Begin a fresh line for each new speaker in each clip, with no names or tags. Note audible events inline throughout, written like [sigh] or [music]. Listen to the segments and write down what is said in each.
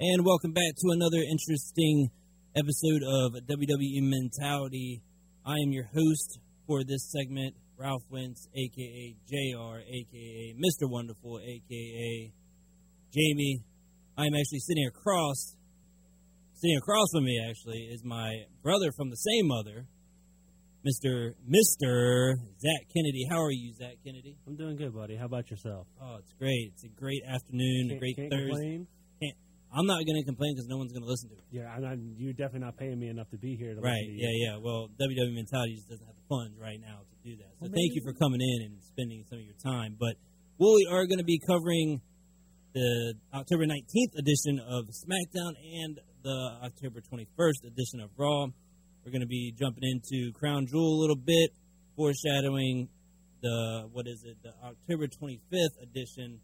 And welcome back to another interesting episode of WWE Mentality. I am your host for this segment, Ralph Wentz, aka JR, aka Mr. Wonderful, aka Jamie. I'm actually sitting across, sitting across from me actually is my brother from the same mother, Mr. Mr. Zach Kennedy. How are you, Zach Kennedy?
I'm doing good, buddy. How about yourself?
Oh, it's great. It's a great afternoon, a
Can't-
great
can't
Thursday.
complain?
I'm not going to complain because no one's going to listen to it.
Yeah, I'm not, you're definitely not paying me enough to be here. To
Right.
listen to
Yeah,
you.
yeah. Well, WWE Mentality just doesn't have the funds right now to do that. So
Well,
thank you for
maybe-
coming in and spending some of your time. But we are going to be covering the October 19th edition of SmackDown and the October 21st edition of Raw. We're going to be jumping into Crown Jewel a little bit, foreshadowing the, what is it, the October 25th edition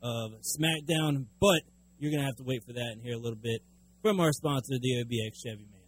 of SmackDown. But you're going to have to wait for that and hear a little bit from our sponsor, the OBX Chevy Man.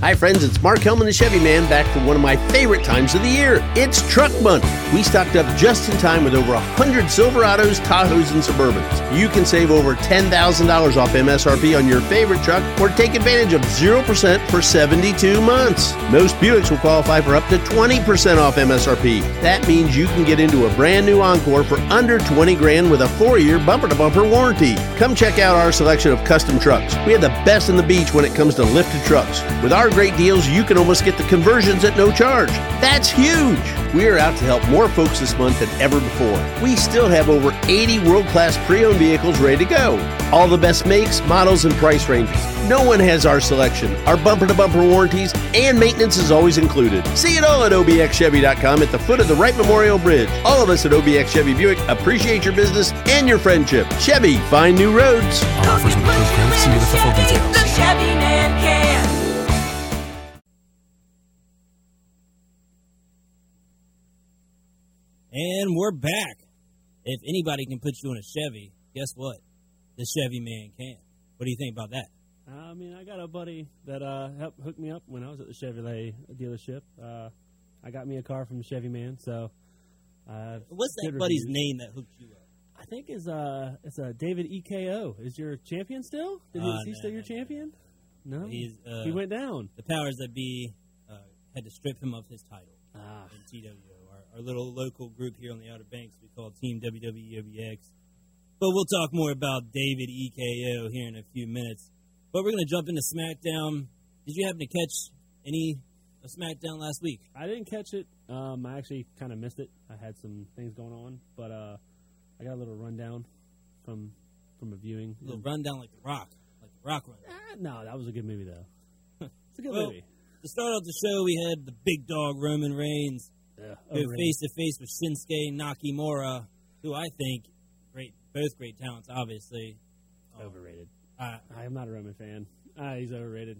Hi, friends, it's Mark Hellman, the Chevy Man, back for one of my favorite times of the year. It's Truck Month. We stocked up just in time with over 100 Silverados, Tahoes, and Suburbans. You can save over $10,000 off MSRP on your favorite truck or take advantage of 0% for 72 months. Most Buicks will qualify for up to 20% off MSRP. That means you can get into a brand new Encore for under 20 grand with a four-year bumper-to-bumper warranty. Come check out our selection of custom trucks. We have the best in the beach when it comes to lifted trucks. With our great deals, you can almost get the conversions at no charge. That's huge! We are out to help more folks this month than ever before. We still have over 80 world-class pre-owned vehicles ready to go. All the best makes, models, and price ranges. No one has our selection. Our bumper to bumper warranties and maintenance is always included. See it all at obxchevy.com at the foot of the Wright Memorial Bridge. All of us at OBX Chevy Buick appreciate your business and your friendship. Chevy, find new roads.
Offers and proof code. See you with the full details.
The Chevy man can.
And we're back. If anybody can put you in a Chevy, guess what? The Chevy man can. What do you think about that?
I mean, I got a buddy that uh, helped hook me up when I was at the Chevrolet dealership. Uh, I got me a car from the Chevy Man, so uh,
What's that
Good
buddy's
reviews.
name that hooked you up?
I think is uh, it's uh, David EKO is your champion still? Did he,
Uh,
is he
no,
still your
no, no,
champion? No,
He's uh,
he went down.
the powers that be uh, had to strip him of his title
Ah,
in TWO. Our, our little local group here on the Outer Banks we call Team WWEOBX. But we'll talk more about David EKO here in a few minutes. But we're gonna jump into SmackDown. Did you happen to catch any of SmackDown last week?
I didn't catch it. Um, I actually kind of missed it. I had some things going on, but uh, I got a little rundown from from a viewing.
A little rundown like the Rock, like the Rock rundown.
Ah, no, that was a good movie though.
[laughs]
it's a good
Well,
movie.
To start off the show, we had the big dog Roman Reigns
Yeah,
who
Uh, overrated.
face to face with Shinsuke Nakamura, who I think great, both great talents, obviously. Um,
overrated.
I,
I am not a Roman fan. Ah, he's overrated.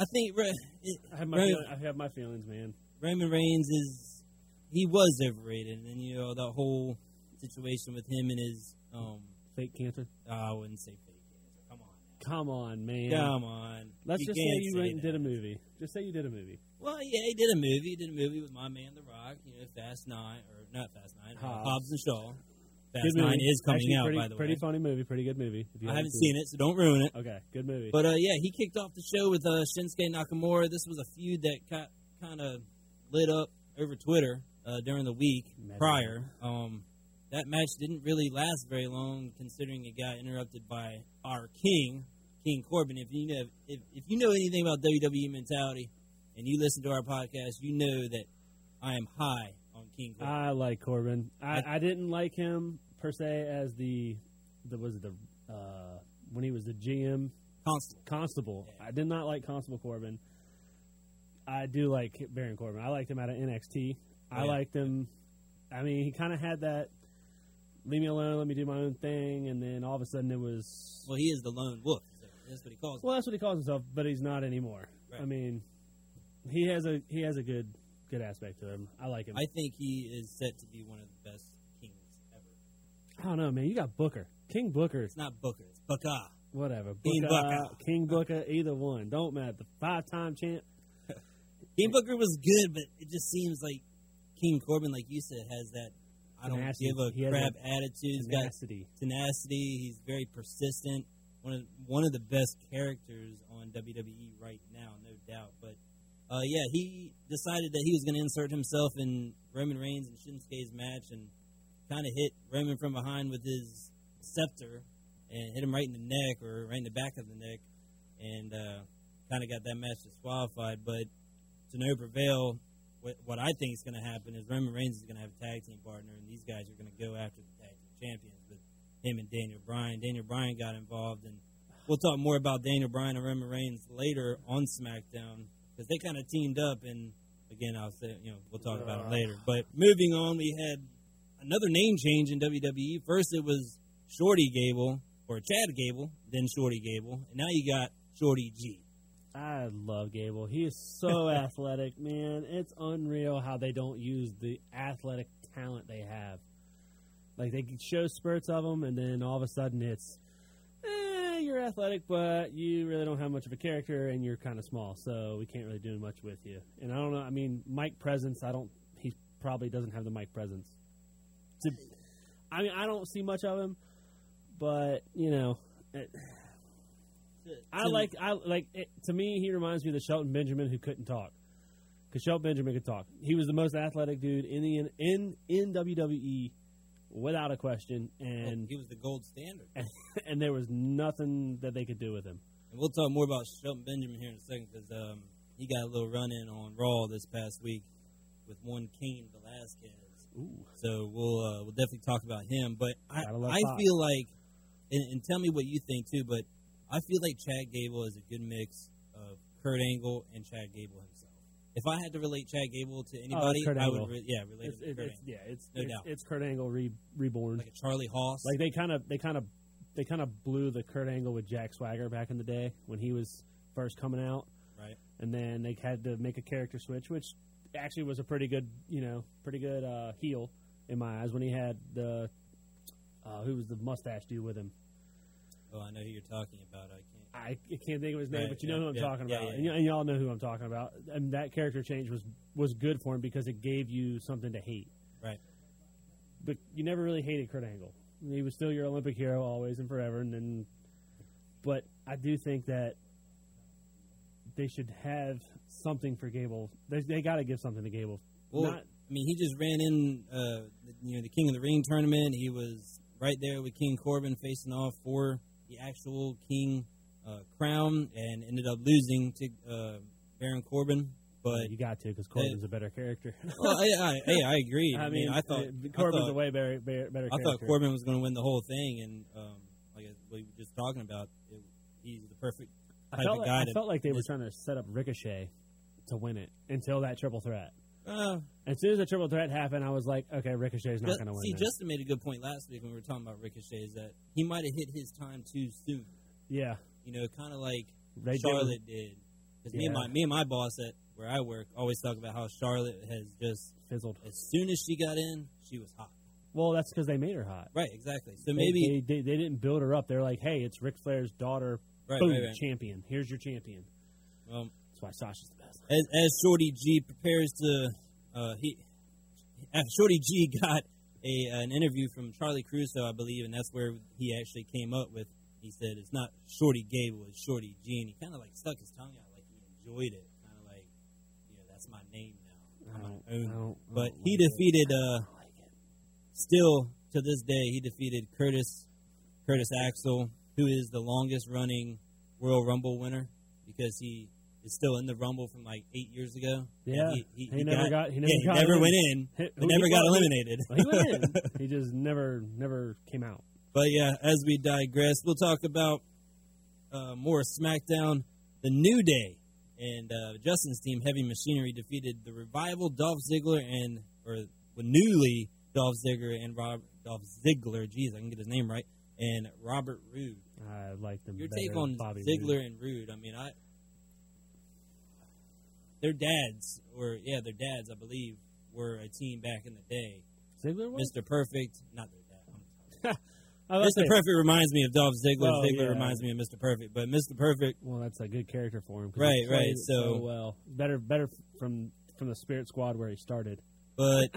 I think Re- it,
I have my
Right.
feel- I have my feelings, man.
Roman Reigns is he was overrated, and then you know the whole situation with him and his um, oh,
Fake cancer.
I wouldn't say fake cancer. Come on,
Come on, man.
now. come on.
Let's
You
just
can't
say you
say
went and
that.
did a movie. Just say you did a movie.
Well, yeah, he did a movie. He did a movie with my man The Rock, you know, Fast Nine or not Fast Nine, uh,
Hobbs.
Hobbs and Shaw. Fast
Good
Nine
movie.
is coming
Actually,
out,
pretty,
by the
pretty
way.
funny movie. Pretty good movie. If you
I haven't seen it, so don't ruin it.
Okay, good movie.
But uh, yeah, he kicked off the show with uh, Shinsuke Nakamura. This was a feud that got kind of lit up over Twitter uh, during the week
Madden.
prior. Um, that match didn't really last very long, considering it got interrupted by our king, King Corbin. If you know if, if you know anything about WWE mentality, and you listen to our podcast, you know that I am high on King Corbin.
I like Corbin. I, I didn't like him per se as the the was it the uh, when he was the GM
Constable.
Constable. I did not like Constable Corbin. I do like Baron Corbin. I liked him out of NXT. I
Oh, yeah.
liked him. I mean, he kind of had that leave me alone, let me do my own thing, and then all of a sudden it was
Well, he is the lone wolf. So that's what he calls. him.
well, that's what he calls himself, but he's not anymore.
Right.
I mean, he has a he has a good good aspect to him. I like him.
I think he is set to be one of the best kings ever.
I don't know, man. You got Booker, King Booker.
It's not Booker. It's Booker.
whatever.
King
Buckeye,
Buckeye.
King Booker, either one. Don't matter. The five time champ.
King Booker was good, but it just seems like King Corbin, like you said, has that I don't
Tenacity.
give a
He has
crap
a
attitude. He's got
tenacity.
tenacity. He's very persistent. One of one of the best characters on WWE right now, no doubt. But uh, yeah, he decided that he was going to insert himself in Roman Reigns and Shinsuke's match and kind of hit Roman from behind with his scepter and hit him right in the neck or right in the back of the neck and uh, kind of got that match disqualified. But to no prevail, what, what I think is going to happen is Roman Reigns is going to have a tag team partner, and these guys are going to go after the tag team champions with him and Daniel Bryan. Daniel Bryan got involved, and we'll talk more about Daniel Bryan and Roman Reigns later on SmackDown because they kind of teamed up. And again, I'll say you know we'll talk about it later. But moving on, we had another name change in WWE. First, it was Shorty Gable or Chad Gable, then Shorty Gable, and now you got Shorty G.
I love Gable. He is so athletic, man. It's unreal how they don't use the athletic talent they have. Like they can show spurts of them, and then all of a sudden it's, eh, you're athletic, but you really don't have much of a character, and you're kind of small, so we can't really do much with you. And I don't know. I mean, Mike presence. I don't. He probably doesn't have the Mike presence. To, I mean, I don't see much of him, but you know, it, I
To-
like I like it, to me he reminds me of the Shelton Benjamin who couldn't talk because Shelton Benjamin could talk. He was the most athletic dude in the in in WWE without a question, and
he was the gold standard.
and there was nothing that they could do with him.
And we'll talk more about Shelton Benjamin here in a second because um, he got a little run in on Raw this past week with one Kane Velasquez.
Ooh,
So we'll uh, we'll definitely talk about him. But I,
Gotta love
I
Fox.
feel like, and, and tell me what you think too. But I feel like Chad Gable is a good mix of Kurt Angle and Chad Gable himself. If I had to relate Chad Gable to anybody,
Oh, Kurt
I
Angle.
would re- yeah relate
it's,
him to
it,
Kurt
it's
Angle.
yeah, it's
No
it's,
doubt.
it's Kurt Angle re, reborn.
like a Charlie Haas.
Like they kind of they kind of they kind of blew the Kurt Angle with Jack Swagger back in the day when he was first coming out.
right?
and then they had to make a character switch, which actually was a pretty good, you know, pretty good uh, heel in my eyes when he had the uh, who was the mustache dude with him.
Oh, I know who you're talking about. I can't.
I can't think of his name,
Right,
but you
yeah,
know who I'm
yeah,
talking
yeah,
about,
yeah,
And,
yeah.
y- and y'all know who I'm talking about. And that character change was was good for him because it gave you something to hate.
Right.
But you never really hated Kurt Angle. He was still your Olympic hero always and forever. And then, but I do think that they should have something for Gable. They, they got to give something to Gable.
Well,
Not-
I mean, he just ran in, uh, the- you know, the King of the Ring tournament. He was right there with King Corbin facing off for the actual King uh, crown, and ended up losing to uh, Baron Corbin.
[laughs]
But
you got to because Corbin's a better
[laughs]
character.
well, I, I, hey, I
[laughs]
agree. I, mean, I thought
uh,
I
Corbin's
thought,
a way better, better, better
I
character.
thought Corbin was going to win the whole thing, and um, like we were just talking about, it, he's the perfect
I
type
felt,
of
like,
guy.
I
to-
felt like they were
just-
trying to set up Ricochet to win it until that triple threat.
Uh,
As soon as the triple threat happened, I was like, okay, Ricochet's not
Ju-
going to win.
see,
this.
Justin made a good point last week when we were talking about Ricochet is that he might have hit his time too soon.
yeah,
You know, kind of like
they did-
Charlotte did. Because me and
Yeah.
my me and my boss at where I work always talk about how Charlotte has just
fizzled.
as soon as she got in, she was hot.
Well, that's because they made her hot.
Right, exactly. So
They-
maybe
they, they, they didn't build her up. They're like, hey, it's Ric Flair's daughter.
right,
boom,
right, right.
champion. Here's your champion.
Well,
That's why Sasha's the best.
as as Shorty G prepares to uh, he as Shorty G [laughs] got a an interview from Charlie Crusoe, I believe, and that's where he actually came up with. He said it's not Shorty Gable, it's Shorty G, and he kind of like stuck his tongue out, like he enjoyed it, kind of like you know that's my name now.
I
I'm
don't,
my own
I don't, I
but
don't
he
like it.
defeated
I
uh
don't like it.
still to this day he defeated Curtis Curtis Axel, who is the longest running Royal Rumble winner because he is still in the Rumble from like eight years ago. And
Yeah,
he, he,
he never got- he never
[laughs] yeah,
got
he never
in.
went in,
He-
but
who-
never
he-
got
well, he-
eliminated. [laughs]
well, he went in. he just never, never came out.
But yeah, as we digress, we'll talk about uh, more SmackDown, the New Day, and uh, Justin's team, Heavy Machinery, defeated the Revival, Dolph Ziggler, and or well, newly Dolph Ziggler and Rob Dolph Ziggler. Geez, I can get his name right. And Robert Roode.
I like them.
Your
better
take
than
on
Bobby
Ziggler
Roode.
and Rude. I mean, I their dads, or yeah, their dads, I believe, were a team back in the day.
Ziggler was.
Mr. Perfect, not their dad. I'm
I like
Mr.
it.
Perfect reminds me of Dolph Ziggler.
Well,
Ziggler
Oh, yeah.
reminds me of Mr. Perfect, but Mr. Perfect,
Well, that's a good character for him. 'cause
Right,
he
right,
plays it
so-
[laughs] well, better, better from from the Spirit Squad where he started.
but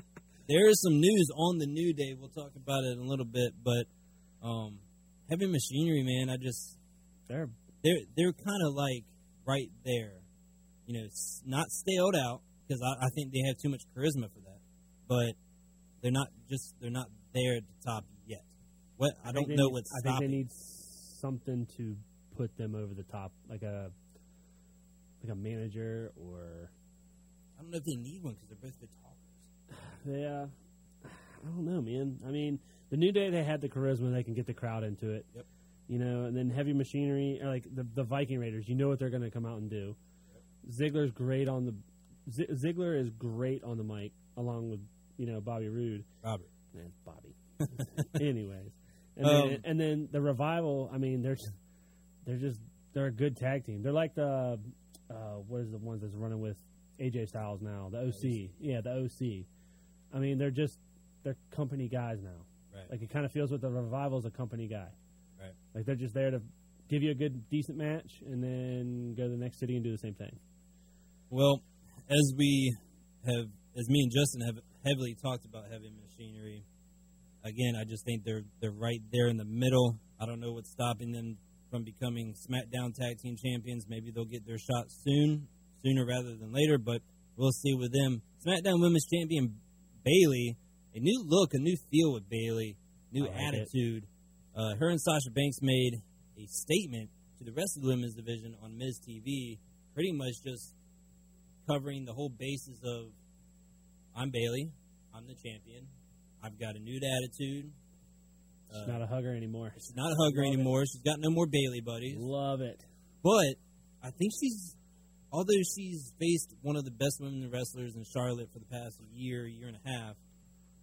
there is some news on the new day. We'll talk about it in a little bit, but um, heavy machinery, man. I just
They're
they're they're kind of like right there, you know, s- not staled out because I, I think they have too much charisma for that, but they're not just they're not there at the top yet. What I,
think
don't
they
know
need-
what's
I think
stopping.
they need something to put them over the top, like a like a manager or
I don't know if they need one because they're both good talkers.
yeah. uh, I don't know, man. I mean, the new day they had the charisma; they can get the crowd into it.
Yep.
You know, and then heavy machinery or like the the Viking Raiders. You know what they're going to come out and do. Ziggler's great on the Z- Ziggler is great on the mic, along with you know Bobby Roode.
Robert,
Man, Bobby. [laughs] Anyways, and, then,
Um,
and then the revival. I mean, they're just, they're just they're a good tag team. They're like the uh, what is the ones that's running with AJ Styles now? The OC, yeah, the OC. I mean, they're just they're company guys now.
right?
Like it kind of feels with the revival is a company guy.
Right.
Like they're just there to give you a good decent match and then go to the next city and do the same thing.
Well, as we have, as me and Justin have heavily talked about heavy machinery, again, I just think they're they're right there in the middle. I don't know what's stopping them from becoming SmackDown Tag Team Champions. Maybe they'll get their shot soon, sooner rather than later. But we'll see with them. SmackDown Women's Champion Bailey, a new look, a new feel with Bailey, new
I like it.
attitude. Uh, her and Sasha Banks made a statement to the rest of the women's division on Miz TV, pretty much just covering the whole basis of I'm Bailey, I'm the champion, I've got a nude attitude. Uh,
She's not a hugger anymore.
She's not a hugger
Love it.
anymore. She's got no more Bailey buddies.
Love it.
But I think she's, although she's faced one of the best women wrestlers in Charlotte for the past year, year and a half,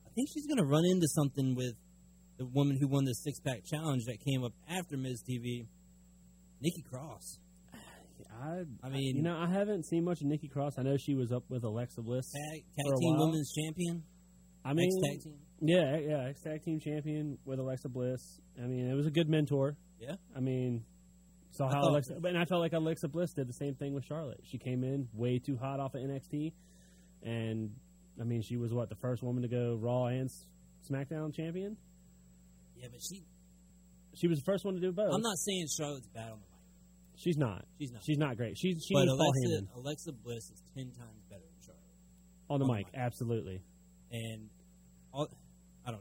I think she's going to run into something with the woman who won the six pack challenge that came up after Ms. TV, Nikki Cross.
I,
I mean-
you know, I haven't seen much of Nikki Cross. I know she was up with Alexa Bliss.
Tag, tag
For a
team
while.
women's champion.
I mean,
ex-tag team.
yeah, yeah, ex tag team champion with Alexa Bliss. I mean, it was a good mentor.
Yeah.
I mean, saw
I
how
thought-
Alexa, and I felt like Alexa Bliss did the same thing with Charlotte. She came in way too hot off of NXT, and I mean, she was what the first woman to go Raw and S- SmackDown champion.
Yeah, but she.
She was the first one to do both.
I'm not saying Charlotte's bad on the mic.
She's not.
She's not.
She's not great. She's Oh. she
but
needs Paul
Alexa,
Heyman
Alexa Bliss is ten times better than Charlotte.
on the
on the
mic.
mic.
Absolutely.
[laughs] And all, I don't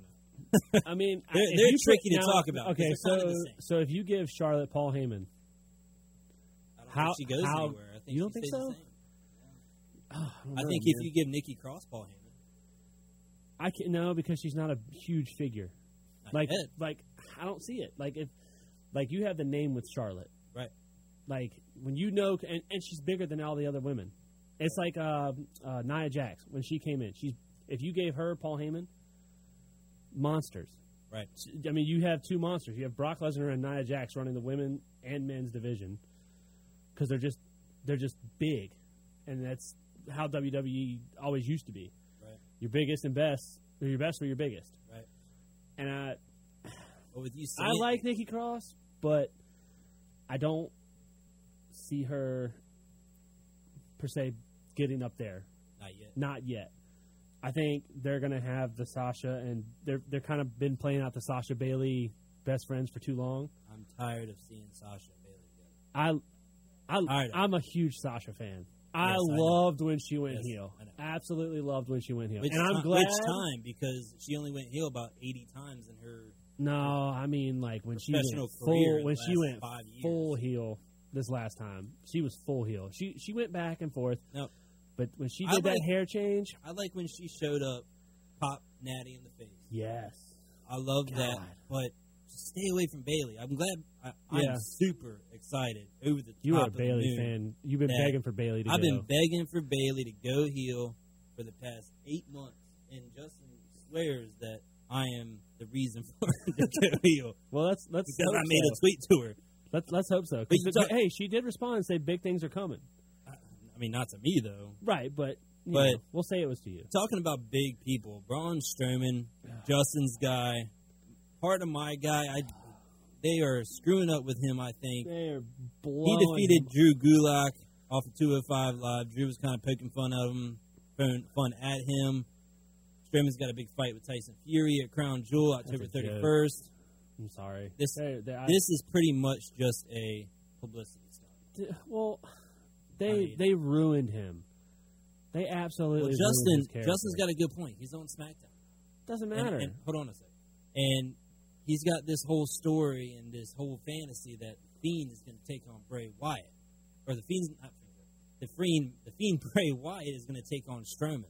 know.
I mean, I-
They're-
if
they're
you
tricky to talk about, 'cause
Okay,
they're
so
kinda the same.
so if you give Charlotte Paul Heyman, [sighs]
I don't
How-
think she goes
how-
anywhere. I think
you
she
don't think
stays the
so?
same.
I, don't
I
know,
think
man.
if you give Nikki Cross Paul Heyman,
I can no because she's not a huge figure.
not
Like
yet.
like I don't see it. Like if like you have the name with Charlotte,
Right.
Like when you know, and, and she's bigger than all the other women. It's like uh, uh, Nia Jax when she came in. She's if you gave her Paul Heyman, monsters.
right?
I mean, you have two monsters. You have Brock Lesnar and Nia Jax running the women and men's division because they're just they're just big, and that's how WWE always used to be.
Right.
Your biggest and best, or your best or your biggest.
Right.
And I
But with you,
I
saying,
like Nikki Cross, but I don't see her per se getting up there.
not yet.
Not yet. I think they're gonna have the Sasha and they're they're kind of been playing out the Sasha Bailey best friends for too long.
I'm tired of seeing Sasha and Bailey together.
I, I
right.
I'm a huge Sasha fan.
Yes,
I
I know.
loved when she went
Yes,
heel.
I know.
Absolutely loved when she went heel.
Which,
and I'm
ti-
glad.
which time because she only went heel about 80 times in her.
No, I mean like when she went
Professional career
full when
lasts
she went
five years.
full heel this last time. She was full heel. She she went back and forth.
No.
But when she
I
did that
like-
hair change,
I like when she showed up, pop Natty in the face.
yes.
I love that,
God.
but just stay away from Bailey. I'm glad. I,
Yeah.
I'm super excited over the.
You
top
are a
of the moon.
Bailey fan. You've been
that
begging for Bailey to
I've
go.
been begging for Bailey to go heel for the past eight months, and Justin swears that I am the reason [laughs] for her to
[laughs]
go heel
well, let's let's
because
hope
I made
so.
a tweet to her.
let's let's hope so. 'Cause
But you
the-
talk-
hey, she did respond and say big things are coming.
I mean, not to me though.
Right, but you
But-
know, we'll say it was to you.
Talking about big people, Braun
[sighs]
Strowman, Justin's guy, part of my guy. I they are screwing up with him. I think
They are
he
blowing.
defeated Drew Gulak off of 205 Live. Drew was kind of poking fun at him, fun, fun at him. Spearman's got a big fight with Tyson Fury at Crown Jewel October
a joke.
31st.
I'm sorry.
This-
They- they- I-
This is pretty much just a publicity stunt.
d- well, they
I mean-
they ruined him. They
Well,
absolutely ruined
Justin,
his character.
Justin's got a good point. He's on SmackDown.
doesn't
And-
matter.
and- hold on a second. And he's got this whole story and this whole fantasy that Fiend is going to take on Bray Wyatt, or the Fiend's not Fiend, the Fiend, the Fiend [laughs] Bray Wyatt is going to take on Strowman.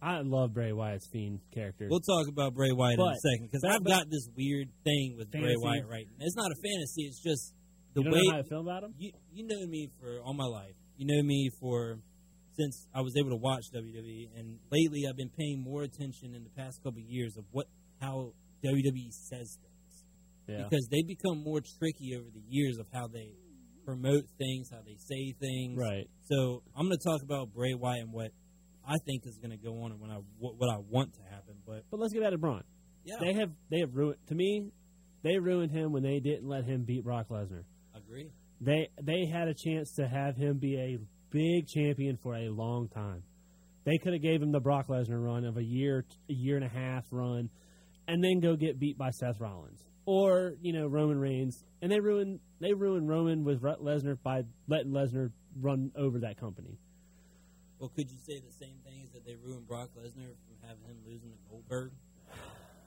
I love Bray Wyatt's fiend character.
We'll talk about Bray Wyatt in a
But-
second because
but-
I've
but-
got this weird thing with Bray
Fantasy.
Wyatt right now. It's not a fantasy. It's just the
you don't
way
know how I feel about him.
you you know me for all my life. You know me for since I was able to watch WWE, and lately I've been paying more attention in the past couple of years of what how WWE says things
Yeah.
because they become more tricky over the years of how they promote things, how they say things.
Right.
So I'm going to talk about Bray Wyatt and what I think is going to go on and when I what, what I want to happen. But
But let's get back to Braun.
yeah,
They have they have ruined to me. They ruined him when they didn't let him beat Brock Lesnar.
agree.
They they had a chance to have him be a big champion for a long time. They could have gave him the Brock Lesnar run of a year, a year and a half run, and then go get beat by Seth Rollins or you know Roman Reigns, and they ruined they ruined Roman with Ru- Lesnar by letting Lesnar run over that company.
Well, could you say the same things that they ruined Brock Lesnar from having him losing to Goldberg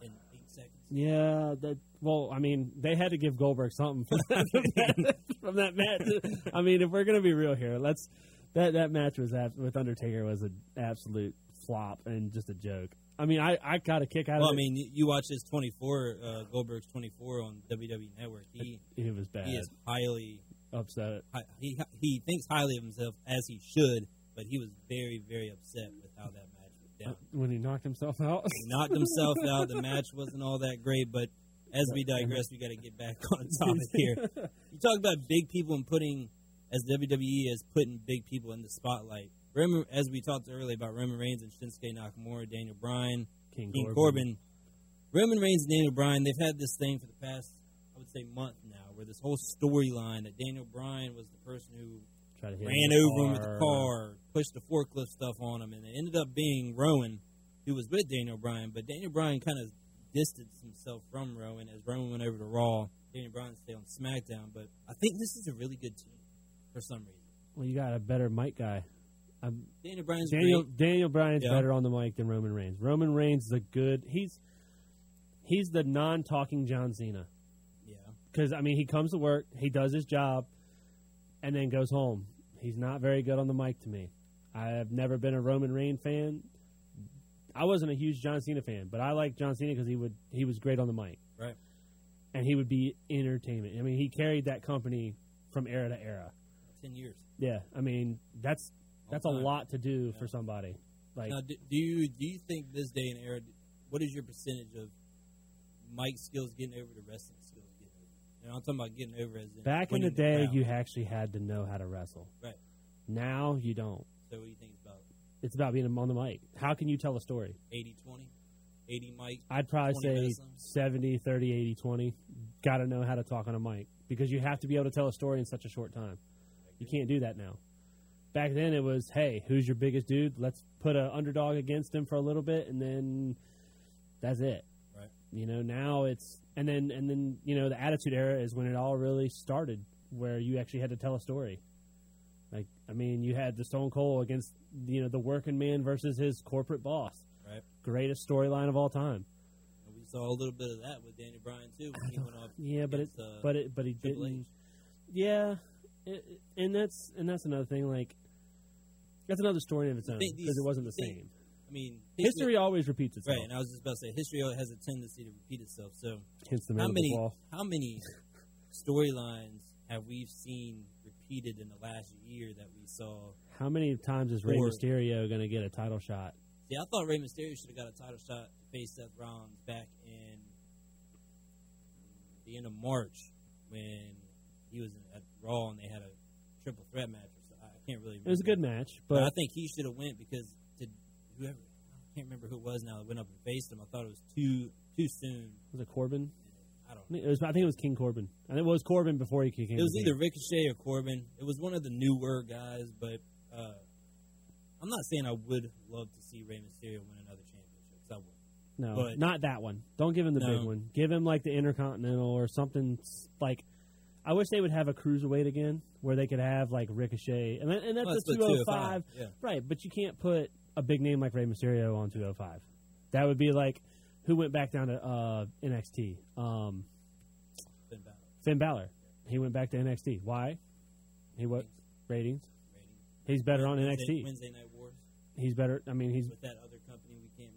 in eight seconds?
Yeah, that well, I mean, they had to give Goldberg something from
[laughs]
that, from that match. I mean, if we're gonna be real here, let's that that match was ab- with Undertaker was an absolute flop and just a joke. I mean, I I got a kick out
Well, I
of
mean, you you watch his 24, uh, Goldberg's 24 on WWE Network. He,
it. It was bad.
he is highly,
Upset.
hi- he, he thinks highly of himself as he should, but he was very, very upset with how that match went
[laughs]
down.
When he knocked himself out,
He knocked himself out. The match wasn't all that great, but as we digress, we got to get back [laughs] on topic here. You talk about big people and putting, as WWE is putting big people in the spotlight. Roman, as we talked earlier about Roman Reigns and Shinsuke Nakamura, Daniel Bryan,
[laughs] King,
King Corbin. Roman Reigns and Daniel Bryan, they've had this thing for the past, I would say, month now, where this whole storyline that Daniel Bryan was the person who
tried to hit
ran
him with
over him with the car, pushed the forklift stuff on him, and it ended up being Rowan, who was with Daniel Bryan. But Daniel Bryan kind of distanced himself from Rowan as Rowan went over to Raw. Daniel Bryan stayed on SmackDown, but I think this is a really good team for some reason.
Well, you got a better mic guy. I'm,
Daniel Bryan's
Daniel
great.
Daniel Bryan's
Yeah.
better on the mic than Roman Reigns. Roman Reigns is a good. He's he's the non-talking John Cena
Yeah,
because I mean he comes to work, he does his job, and then goes home. He's not very good on the mic to me. I have never been a Roman Reigns fan. I wasn't a huge John Cena fan, but I like John Cena because he would he was great on the mic,
right.
and he would be entertainment. I mean, he carried that company from era to era.
Ten years.
Yeah, I mean that's that's a
All time.
lot to do for somebody. Like
Now, do, do you do you think this day and era, what is your percentage of Mike skills getting over to wrestling skills getting over? You know, I'm talking about getting over as in
back in the
winning
day,
crowd.
you actually had to know how to wrestle.
right.
Now you don't.
So what do you think it's about
It's about being on the mic. How can you tell a story?
80 20, 80 Mike?
I'd probably
20
say
wrestling?
70, 30, 80, 20. Got to know how to talk on a mic because you have to be able to tell a story in such a short time. You can't do that now. Back then, it was, hey, who's your biggest dude? Let's put an underdog against him for a little bit, and then that's it.
Right.
You know, now it's and then and then you know the Attitude Era is when it all really started, where you actually had to tell a story. Like, I mean, you had the Stone Cold against you know the working man versus his corporate boss.
Right.
Greatest storyline of all time.
And we saw a little bit of that with Daniel Bryan too
[laughs]
when he went off.
Yeah, but it,
against, uh,
but it, but he
Triple
didn't.
H.
Yeah, it, and that's and that's another thing. Like, that's another story of its own
think
because
these-
it wasn't the
I think
same.
I mean,
History always repeats itself.
Right, and I was just about to say, history has a tendency to repeat itself. So,
Hence the
how
man with
many
the wall.
how many storylines have we seen repeated in the last year that we saw?
How many times is Rey
Or-
Mysterio going to get a title shot?
See, I thought Rey Mysterio should have got a title shot to face Seth Rollins back in the end of March when he was at Raw and they had a triple threat match. Or so. I I can't really. Remember.
It was a good match,
Mm-hmm. But
but
I think he should have went because to whoever I can't remember who it was now that went up and faced him. I thought it was too too soon.
was it Corbin?
I don't
I
know.
think it was. I think it was King Corbin, and it was Corbin before he came.
It was
to be.
either Ricochet or Corbin. It was one of the newer guys, but uh, I'm not saying I would love to see Rey Mysterio win another championship. 'cause I would.
No,
But-
not that one. Don't give him the
No.
big one. Give him like the Intercontinental or something s- like. I wish they would have a cruiserweight again, where they could have like Ricochet, and that- and that's
Well,
a
that's what
two hundred
205,
five,
yeah.
right? But you can't put a big name like Rey Mysterio on two hundred five. That would be like who went back down to uh, NXT. Um,
Finn Balor.
Finn Balor. He went back to NXT. Why? He what ratings? He's better on
Wednesday,
NXT.
Wednesday Night Wars
He's better. I mean, he's.
with that other company we can't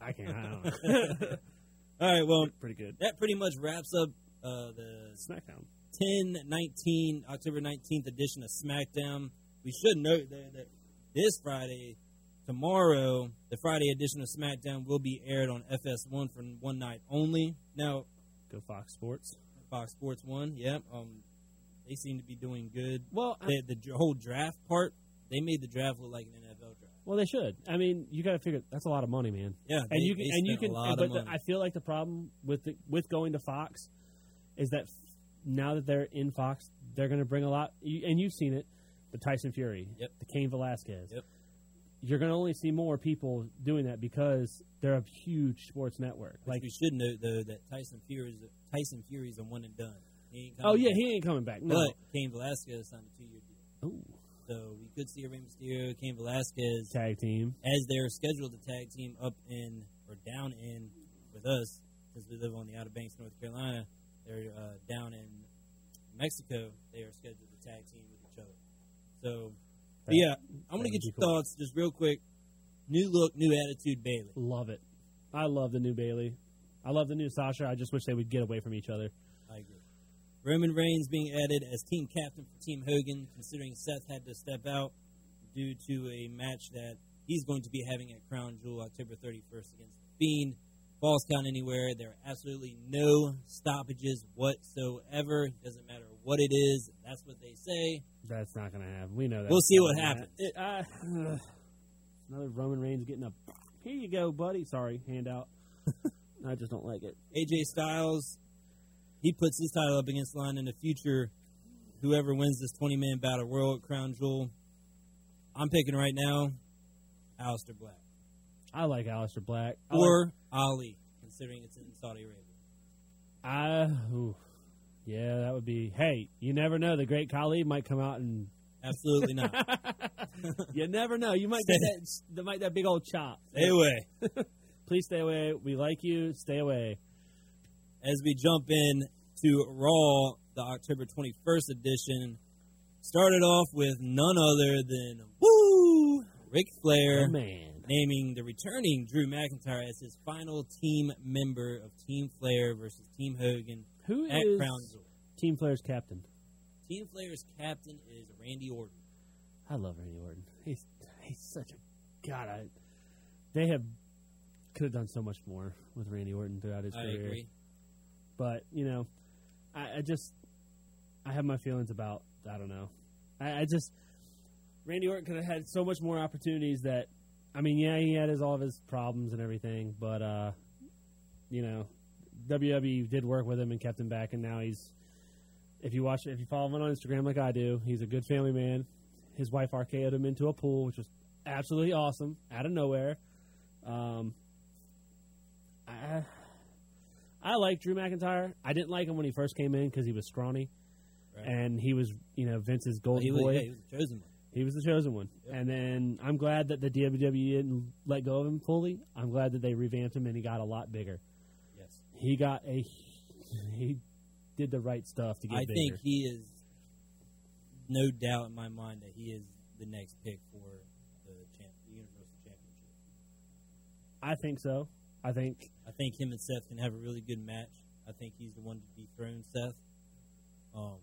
mention.
I can't. I don't know. [laughs]
[laughs] All right, well,
Pretty good.
that pretty much wraps up uh, the
SmackDown.
10 19 October 19th edition of SmackDown. We should note there that this Friday, tomorrow, the Friday edition of SmackDown will be aired on FS1 for one night only. Now,
Go Fox Sports.
Fox Sports 1, yeah, um, they seem to be doing good.
Well, I-
The, the dr- whole draft part, they made the draft look like an NFL draft.
well, they should. I mean, you got to figure that's a lot of money, man.
Yeah, they,
and you can,
they
and you
spent
can,
a lot
but
of money.
The, I feel like the problem with the, with going to Fox is that f- now that they're in Fox, they're going to bring a lot, you, and you've seen it, the Tyson Fury,
Yep.
the Cain Velasquez.
Yep.
You're going to only see more people doing that because they're a huge sports network.
Which
Like,
we should note though that Tyson Fury's Tyson Fury's a one and done. He ain't coming
oh yeah,
back.
he ain't coming back. No.
But Cain Velasquez signed a two year deal.
Ooh.
So we could see a Rey Mysterio, Cain Velasquez
Tag team.
as they're scheduled to tag team up in or down in with us because we live on the Outer Banks, North Carolina. They're uh, down in Mexico. They are scheduled to tag team with each other. So but
That-
yeah, I'm
would
gonna get
be
your
cool.
thoughts just real quick. New look, new attitude, Bailey.
Love it. I love the new Bailey. I love the new Sasha. I just wish they would get away from each other.
I agree. Roman Reigns being added as team captain for Team Hogan, considering Seth had to step out due to a match that he's going to be having at Crown Jewel October 31st against The Fiend. Falls count anywhere. There are absolutely no stoppages whatsoever. Doesn't matter what it is. That's what they say.
That's not going to happen. We know that.
We'll see what
Yeah.
happens.
It- I- ugh. Uh, another Roman Reigns getting a. Here you go, buddy. Sorry, handout. I just don't like it.
AJ Styles, he puts his title up against the line in the future. Whoever wins this 20 man battle royal at Crown Jewel, I'm picking right now Aleister Black.
I like Aleister Black. I like-
or Ali, considering it's in Saudi Arabia.
I. oof. Yeah, that would be. Hey, you never know. The great Khali might come out and. [laughs]
Absolutely not. [laughs]
You never know. You might get that. That might that big old chop.
anyway,
Please stay away. We like you. Stay away.
as we jump in to Raw, the October 21st edition, started off with none other than Woo Ric Flair
Oh, man.
naming the returning Drew McIntyre as his final team member of Team Flair versus Team Hogan
Who
at
is
Crown Jewel.
Team Flair's captain?
Team Flair's captain is Randy Orton.
I love Randy Orton. He's he's such a god. I, they have could have done so much more with Randy Orton throughout his
I
career.
agree.
But you know, I, I just I have my feelings about I don't know. I, I just Randy Orton could have had so much more opportunities that I mean, yeah, he had his all of his problems and everything, but uh you know, WWE did work with him and kept him back, and now he's. If you watch, if you follow him on Instagram like I do, he's a good family man. His wife RKO'd him into a pool, which was absolutely awesome out of nowhere. Um, I, I like Drew McIntyre. I didn't like him when he first came in because he was scrawny,
Right.
and he was, you know, Vince's golden
Oh, he, was,
boy.
yeah, he was the chosen one.
He was the chosen one. And then I'm glad that the WWE didn't let go of him fully. I'm glad that they revamped him and he got a lot bigger.
Yes.
He got a he did the right stuff to get
I
bigger.
think he is no doubt in my mind that he is the next pick for the, champ, the Universal Championship.
I think so. I think
I think him and Seth can have a really good match. I think he's the one to dethrone Seth. Um,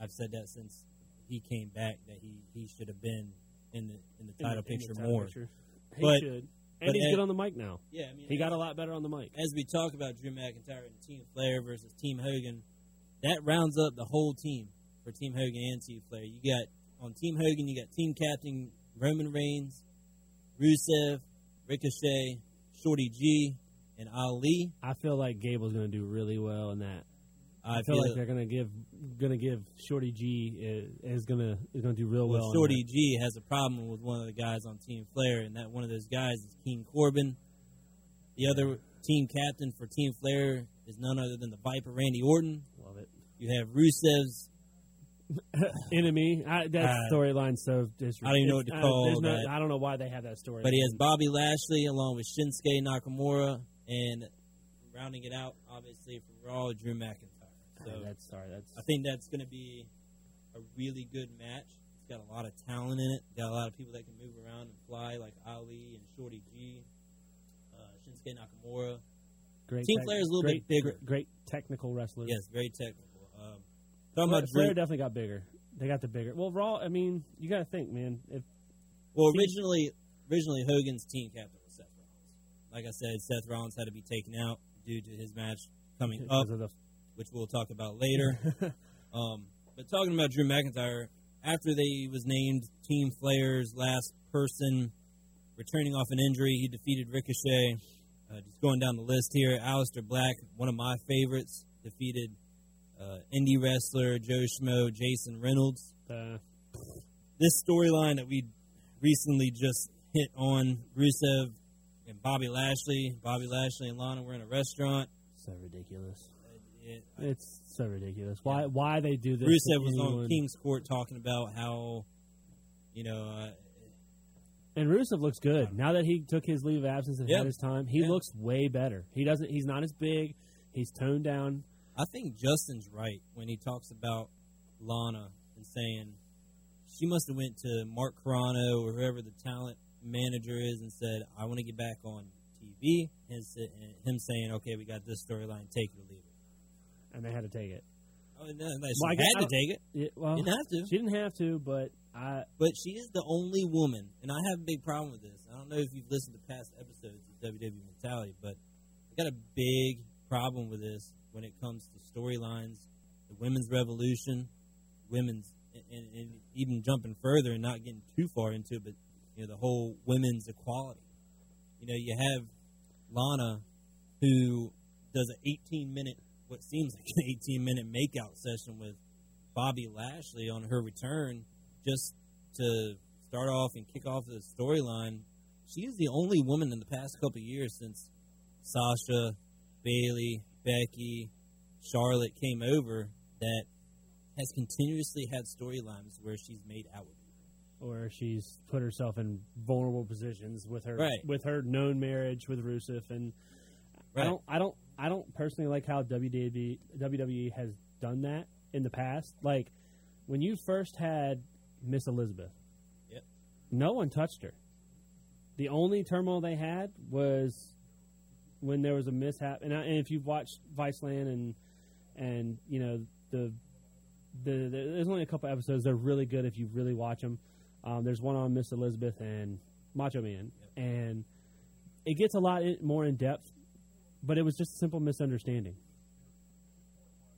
I've said that since he came back that he, he should have been in the in the title
in the- in the
picture
title
more.
picture. He
But-
should. And
but
he's
as-
good on the mic now.
Yeah, I mean
He got a lot better on the mic.
as we talk about Drew McIntyre and Team Flair versus Team Hogan, that rounds up the whole team for Team Hogan and Team Flair. You got on Team Hogan, you got Team Captain Roman Reigns, Rusev, Ricochet, Shorty G, and Ali.
I feel like Gable's going to do really well in that.
I,
I feel like they're going to give going to give Shorty G i- is going to is going to do real well.
well,
in
Shorty
that.
G has a problem with one of the guys on Team Flair, and that one of those guys is King Corbin. The other team captain for Team Flair is none other than the Viper Randy Orton.
Love it.
You have Rusev's.
Enemy. I, that
Uh,
storyline so disrespectful. Uh,
I don't even know what to call that.
I don't know why they have that story.
But he has Bobby Lashley along with Shinsuke Nakamura and rounding it out, obviously, for Raw, Drew McIntyre. So
Oh, that's sorry. That's
I think that's going to be a really good match. It's got a lot of talent in it. Got a lot of people that can move around and fly, like Ali and Shorty G, uh, Shinsuke Nakamura.
great.
Team Flair is a little
great,
bit bigger.
Great technical wrestler.
Yes, very technical. Um, talking
Flair,
about
Flair
Drew.
definitely got bigger. They got the bigger. Well, Raw. I mean, you got to think, man. If
Well, originally, originally Hogan's team captain was Seth Rollins. Like I said, Seth Rollins had to be taken out due to his match coming up,
because of the
which we'll talk about later. um, but talking about Drew McIntyre, after they was named Team Flair's last person returning off an injury, he defeated Ricochet. Uh, just going down the list here, Aleister Black, one of my favorites, defeated uh, indie wrestler Joe Schmo, Jason Reynolds
uh,
this storyline that we recently just hit on Rusev and Bobby Lashley. Bobby Lashley and Lana were in a restaurant.
so ridiculous.
It,
It's so ridiculous. Why? Why they do this? to
Rusev was
anyone.
on King's Court talking about how, you know, uh,
And Rusev looks good now that he took his leave of absence and
Yeah.
had his time. He
Yeah.
looks way better. He doesn't. He's not as big. He's toned down.
I think Justin's right when he talks about Lana and saying she must have went to Mark Carano or whoever the talent manager is and said, "I want to get back on TV." And s- and him saying, "Okay, we got this storyline. Take it or leave it."
And they had to take it.
Oh, no, no,
Well,
she
I guess I
had to
don't-
take it.
It- well,
Didn't have to.
she didn't have to, but I
But she is the only woman, and I have a big problem with this. I don't know if you've listened to past episodes of WWE Mentality, but I got a big problem with this when it comes to storylines, the women's revolution, women's, and, and even jumping further and not getting too far into it, but you know the whole women's equality. You know, you have Lana who does an 18 minute, what seems like an 18 minute makeout session with Bobby Lashley on her return, just to start off and kick off the storyline, she is the only woman in the past couple of years since Sasha, Bailey, Becky, Charlotte came over that has continuously had storylines where she's made out with. people.
or she's put herself in vulnerable positions with her
Right.
with her known marriage with Rusev, and I don't, I don't, I don't personally like how WWE WWE E has done that in the past. Like when you first had Miss Elizabeth,
Yep.
no one touched her. The only turmoil they had was when there was a mishap, and, I, and if you've watched Viceland and and you know the, the the there's only a couple episodes. They're really good if you really watch them. Um, there's one on Miss Elizabeth and Macho Man, and it gets a lot in- more in depth. But it was just a simple misunderstanding,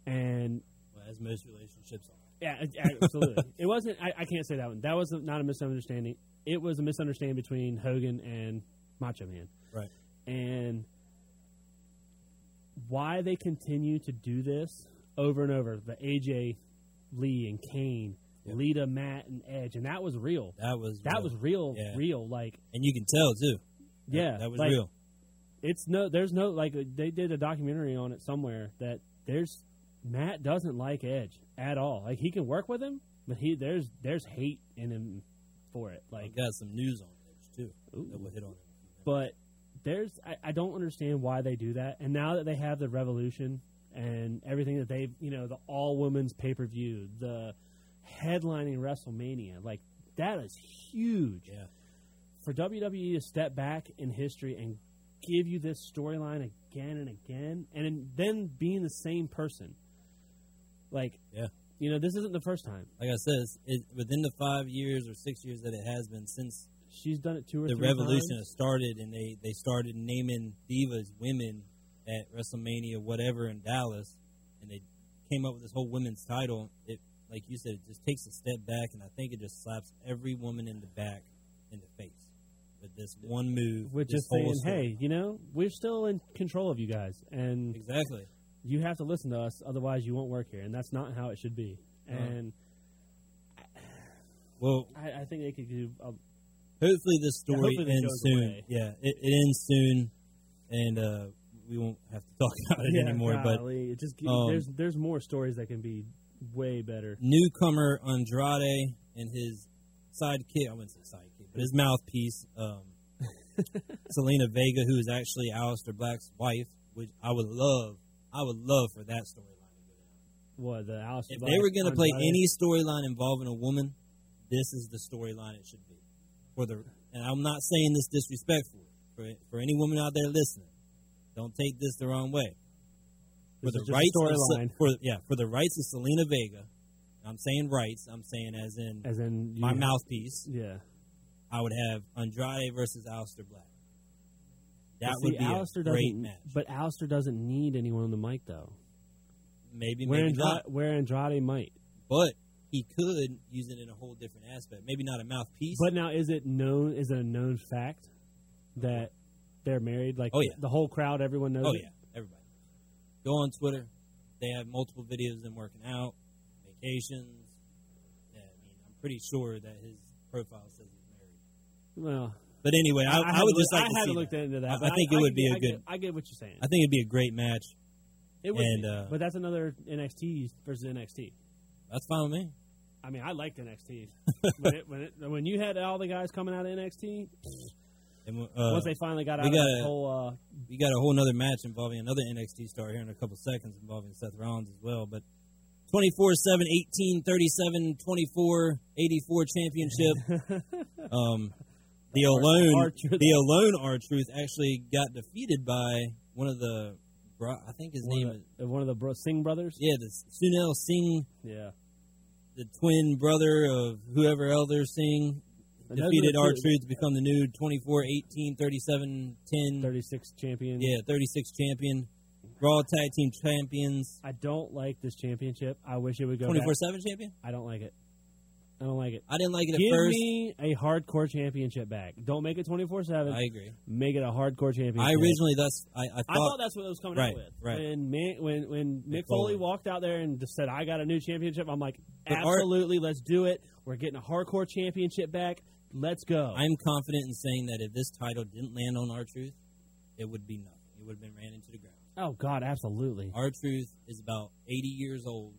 and
Well, as most relationships are.
yeah, it-
[laughs]
absolutely. it wasn't. I, I can't say that one. That was not a misunderstanding. It was a misunderstanding between Hogan and Macho Man
Right.
and why they continue to do this over and over. The AJ Lee and Kane, Lita, Matt, and Edge, and that was real.
That was
That
real.
was real,
Yeah.
real. Like,
and you can tell too. That-
yeah,
that was
like,
real.
It's no, there's no like uh, they did a documentary on it somewhere that there's Matt doesn't like Edge at all. Like he can work with him, but he there's there's hate in him for it.
I
Like
got some news on it too that
Ooh.
we'll hit on.
but there's I, I don't understand why they do that. And now that they have the revolution and everything that they've you know the all women's pay per view, the headlining WrestleMania, like that is huge
Yeah.
for WWE to step back in history and give you this storyline again and again, and then being the same person, like
Yeah.
you know this isn't the first time
Like I said, it's- it, within the five years or six years that it has been since
she's done it two or
the
three
revolution
times.
has started, and they they started naming divas women at WrestleMania, whatever in Dallas, and they came up with this whole women's title. It, like you said, it just takes a step back, and I think it just slaps every woman in the back, in the face, with this one move.
We're
this
just
whole
saying,
story.
hey, you know, we're still in control of you guys, and
exactly.
you have to listen to us, otherwise you won't work here, and that's not how it should be.
Right.
And
Well,
I, I think they could do. A,
hopefully this
Yeah,
story
hopefully this
ends
goes
soon.
away.
Yeah, it, it ends soon. and uh, we won't have to [laughs] talk about it anymore. But
golly, it just
um,
there's there's more stories that can be way better.
newcomer Andrade and his sidekick, I wouldn't say sidekick, but his mouthpiece, um, Selena Vega, who is actually Alistair Black's wife, which I would love, I would love for that storyline to go down.
What the Alice?
If
Black
they were going to play
Andrade-
any storyline involving a woman, this is the storyline it should be. For the and I'm not saying this disrespectfully for for any woman out there listening. Don't take this the wrong way. For
This
the
is just
rights of Se-
storyline,
for yeah for the rights of Selena Vega, I'm saying rights. I'm saying as in
as in you-
my mouthpiece.
Yeah,
I would have Andrade versus Alistair Black.
But
That
see,
would be
Alistair
a great
doesn't-
match.
But Alistair doesn't need anyone on the mic though.
maybe
Where
maybe
Andrade,
not.
where Andrade might.
But he could use it in a whole different aspect. Maybe not a mouthpiece.
But now, is it known? Is it a known fact that they're married? Like,
Oh, yeah.
the whole crowd, everyone knows.
Oh
it?
yeah, everybody. Go on Twitter. They have multiple videos of them working out, vacations. Yeah, I mean, I'm pretty sure that his profile says he's married.
Well,
But anyway, I, I,
had
would
to
just
look-
like to
I had
see
to look
that.
into that.
I- I
but
think it would
get-
be a
I get-
good-
I get what you're saying.
I think it'd be a great match.
it would,
and,
be,
uh,
but that's another NXT versus NXT.
That's fine with me.
I mean, I
[laughs]
liked NXT when, it, when, it, when you had all the guys coming out of NXT.
And uh,
once they finally got out
we
of that
gotta-
whole, uh,
we got a whole nother match involving another NXT star here in a couple seconds involving Seth Rollins as well. But 24 7, 18, 37, 24, 84
[laughs]
championship.
uh,
um, [laughs] the alone,
R-Truth.
the alone R Truth actually got defeated by one of the, bro- I think his
one,
name
of
is,
the, one of the bro- Singh brothers.
yeah, the Sunil Singh,
Yeah,
the twin brother of whoever Elder Singh,
And those
defeated
are
R
the two-
Truth to become the new 24, 18, 37, 10.
36 champion.
Yeah, 36 champion. Raw Tag Team Champions.
I don't like this championship. I wish it would go.
24
Back.
7 champion?
I don't like it. I don't like it.
I didn't like it at
Give
first.
me a hardcore championship back. Don't make it 24
I
7.
agree.
Make it a hardcore championship.
I originally, that's, I, I
I thought
thought,
that's what it was coming
Right,
up with.
right.
When, Man, when, when Mick Foley
Foley.
walked out there and just said, I got a new championship, I'm like,
But Art-
absolutely, let's do it. We're getting a hardcore championship back. Let's go.
I'm confident in saying that if this title didn't land on R Truth, it would be nothing. It would have been ran into the ground.
oh, God, absolutely.
R Truth is about 80 years old.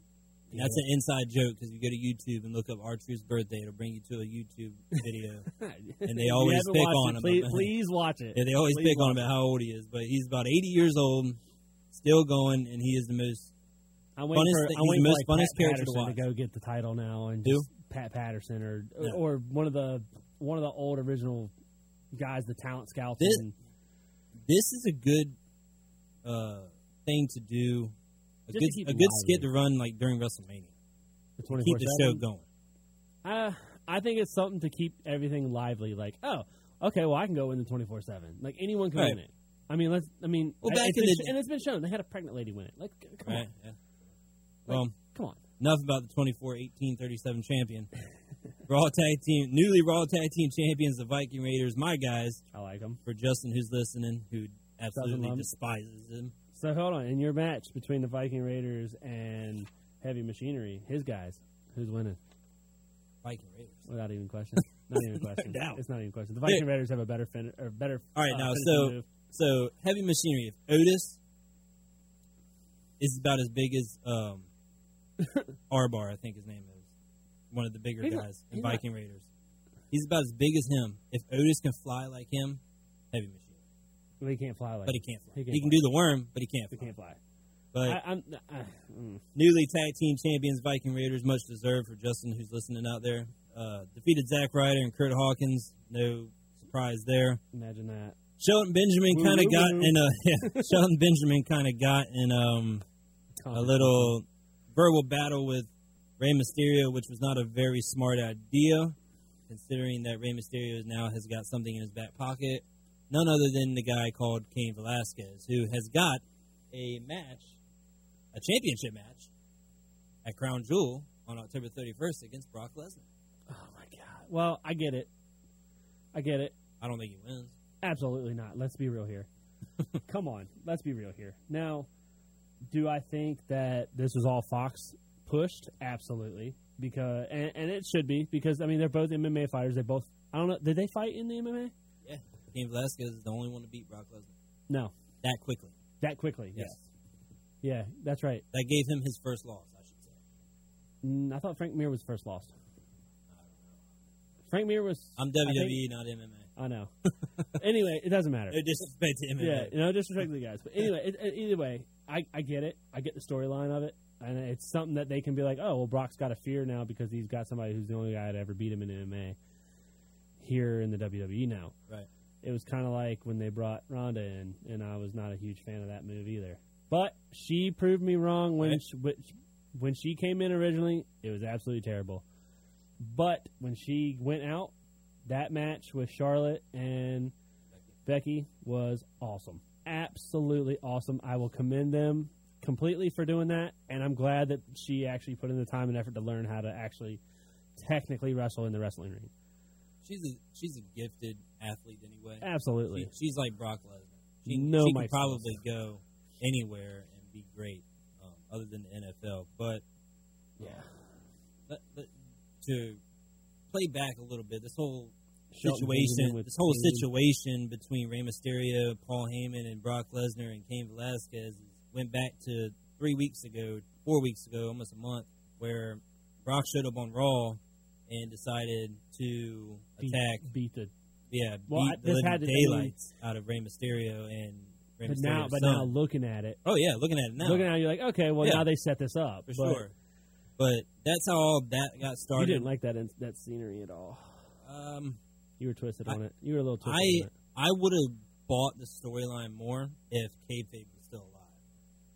And
Yeah.
that's an inside joke because you go to YouTube and look up R Truth's birthday, it'll bring you to a
[laughs]
YouTube video.
and
they always pick on him.
Please, please watch it.
Yeah, they always
Please
pick on him
watch
about how old he is, but he's about 80 years old, still going, and he is the most
I'm waiting
Funnest
for,
thing-
I'm
he's the
waiting for
most
like
funnest
Pat
character to
Patterson
watch.
go get the title now and
Who?
just Pat Patterson or
Yeah.
or one of the one of the old original guys, the talent scouts.
This-
and
this is a good uh, thing to do. A
Just to
good,
keep
a
it
good
lively.
skit to run like during WrestleMania.
the
Keep
24/7.
the show going.
Uh, I think it's something to keep everything lively. Like, oh, okay, well, I can go in the twenty four seven. Like anyone can
Right.
win it. I mean, let's. I mean,
Well,
I-
back
it's
in
been
the-
sh- and it's been shown they had a pregnant lady win it. Like, c- come
Right?
on,
Yeah. Well,
come on.
enough about the 24 18 37
[laughs]
champion. Raw Tag Team, newly Raw Tag Team champions, the Viking Raiders, my guys,
I like them.
for Justin who's listening, who absolutely
love 'em.
despises him.
So hold on, in your match between the Viking Raiders and Heavy Machinery, his guys, who's winning?
Viking Raiders.
Without even
[laughs]
question. Not even question.
doubt.
It's not even question. The Viking Raiders have a better fin or better.
All right,
uh,
now,
finishing
so-
move.
So, Heavy Machinery, if Otis is about as big as
[laughs]
um, Arbar, I think his name is. One of the bigger
He's not-
guys in
he's not-
Viking Raiders. He's about as big as him. If Otis can fly like him, Heavy Machinery.
Well, he can't fly like.
But he can't fly.
He
He,
can't
can
fly.
do the worm, but he can't
He
fly.
can't fly.
But
I, I'm. I, mm.
Newly tag team champions Viking Raiders, much deserved for Justin, who's listening out there. Uh, defeated Zack Ryder and Kurt Hawkins, no surprise there.
Imagine that.
Shelton Benjamin
Woo,
kind of
woo,
got
woo.
in a [laughs]
[laughs]
yeah, Shelton Benjamin kind of got in um, a little verbal battle with Rey Mysterio, which was not a very smart idea, considering that Rey Mysterio now has got something in his back pocket, none other than the guy called Cain Velasquez, who has got a match, a championship match, at Crown Jewel on October 31st against Brock Lesnar.
Oh my god. Well, I get it. I get it.
I don't think he wins.
Absolutely not. Let's be real here. Come on. Let's be real here. Now, do I think that this was all Fox pushed? Absolutely. Because and, and it should be because I mean they're both MMA fighters. They both I don't know. Did they fight in the MMA?
Yeah, Cain Velasquez is the only one to beat Brock Lesnar.
No,
that quickly.
that quickly. Yes. Yeah, that's right.
That gave him his first loss, I should say.
Mm, I thought Frank Mir was first lost. Frank Mir was.
I'm
I think-
WWE, not MMA.
I know. [laughs] anyway, it doesn't matter.
No disrespect to
yeah,
MMA. [laughs]
no disrespect to the guys, but anyway, it, it- either way, I, I get it. I get the storyline of it, and it's something that they can be like, oh, well, Brock's got a fear now because he's got somebody who's the only guy that ever beat him in MMA here in the WWE now.
Right.
It was kind of like when they brought Ronda in, and I was not a huge fan of that move either. But she proved me wrong when
Right.
she, when she- when she came in originally. It was absolutely terrible. But when she went out, that match with Charlotte and Becky was awesome. Absolutely awesome. I will commend them completely for doing that, and I'm glad that she actually put in the time and effort to learn how to actually technically wrestle in the wrestling ring.
She's a, she's a gifted athlete anyway.
Absolutely.
She, she's like Brock Lesnar. She,
No,
she
my
could
friends.
probably go anywhere and be great, um, other than the NFL. But
Yeah.
but, but to play back a little bit, this whole
Shelton Benjamin
situation,
with
this whole
Kane.
situation between Rey Mysterio, Paul Heyman, and Brock Lesnar and Cain Velasquez went back to three weeks ago, four weeks ago, almost a month, where Brock showed up on Raw and decided to
Beat-
attack,
Beat the
yeah,
Well, I-
beat the
this
living
had to be-
daylights out of Rey Mysterio and Rey
but
Mysterio's
now, but
son.
now looking at it,
oh yeah, looking at it now,
looking at it, you're like, okay, well
Yeah.
now they set this up.
for
but
sure. But that's how all that got
You
started.
didn't like that in, that scenery at all.
um,
You were twisted
I-
on it. You were a little twisted.
I
on it.
I would have bought the storyline more if kayfabe was still alive.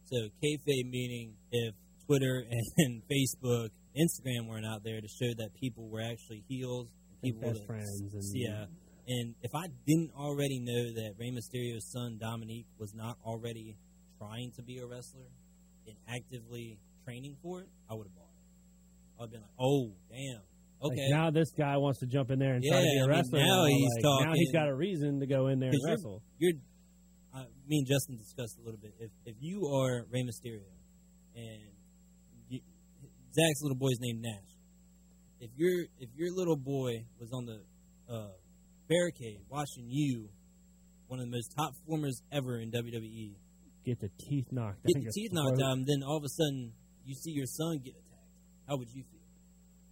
So kayfabe meaning if Twitter [laughs] and Facebook, Instagram weren't out there to show that people were actually heels, and people
best
that-
friends and-
yeah. And if I didn't already know that Rey Mysterio's son Dominique was not already trying to be a wrestler and actively training for it, I would have bought it. I'd have been like, "Oh, damn,
Like,
okay."
now this guy wants to jump in there and try to
Yeah,
be
I
a
mean,
wrestler.
now
and I'm
he's
like, Now
talking-
he's got a reason to go in there and
'Cause you're-
wrestle.
you're uh, me and Justin discussed a little bit. If if you are Rey Mysterio and you, Zach's little boy's named Nash, if your if your little boy was on the uh, barricade watching you, one of the most top performers ever in E, WWE,
Get the teeth knocked. out
get the
your
teeth
throat.
knocked out, and then all of a sudden you see your son get attacked, how would you feel?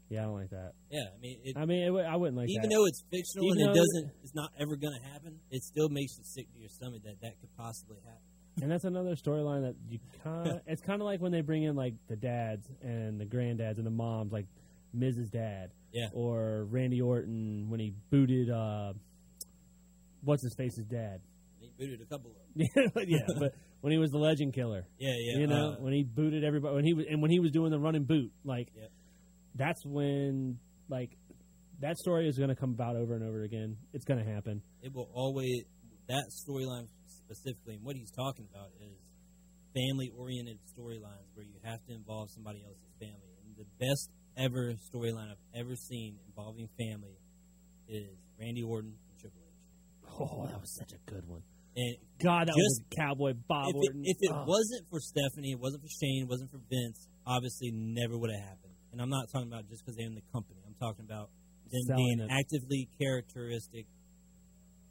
Yeah, I don't like that.
Yeah, I mean, it,
I mean, it, w- I wouldn't like
even
that.
though it's fictional
Even
and it
though-
doesn't, it's not ever going to happen. It still makes you sick to your stomach that that could possibly happen.
and that's another storyline that you
[laughs]
kind. it's kind of like when they bring in like the dads and the granddads and the moms, like Mrs. Dad.
Yeah.
Or Randy Orton when he booted uh, what's his face's dad. [laughs]
They booted a couple of them.
yeah,
[laughs]
but when he was the Legend Killer.
Yeah, yeah.
you know
uh,
when he booted everybody when he was and when he was doing the running boot like
Yep.
that's when like that story is going to come about over and over again it's going to happen
it will always that storyline specifically, and what he's talking about is family-oriented storylines where you have to involve somebody else's family. And the best ever storyline I've ever seen involving family is Randy Orton and Triple H.
oh that was such a good one
And
god that was
Just-
cowboy bob
if it,
orton
if it
Oh.
wasn't for Stephanie, it wasn't for Shane, it wasn't for Vince, obviously never would have happened. And I'm not talking about just because they're in the company. I'm talking about them
Selling
being
it.
actively characteristic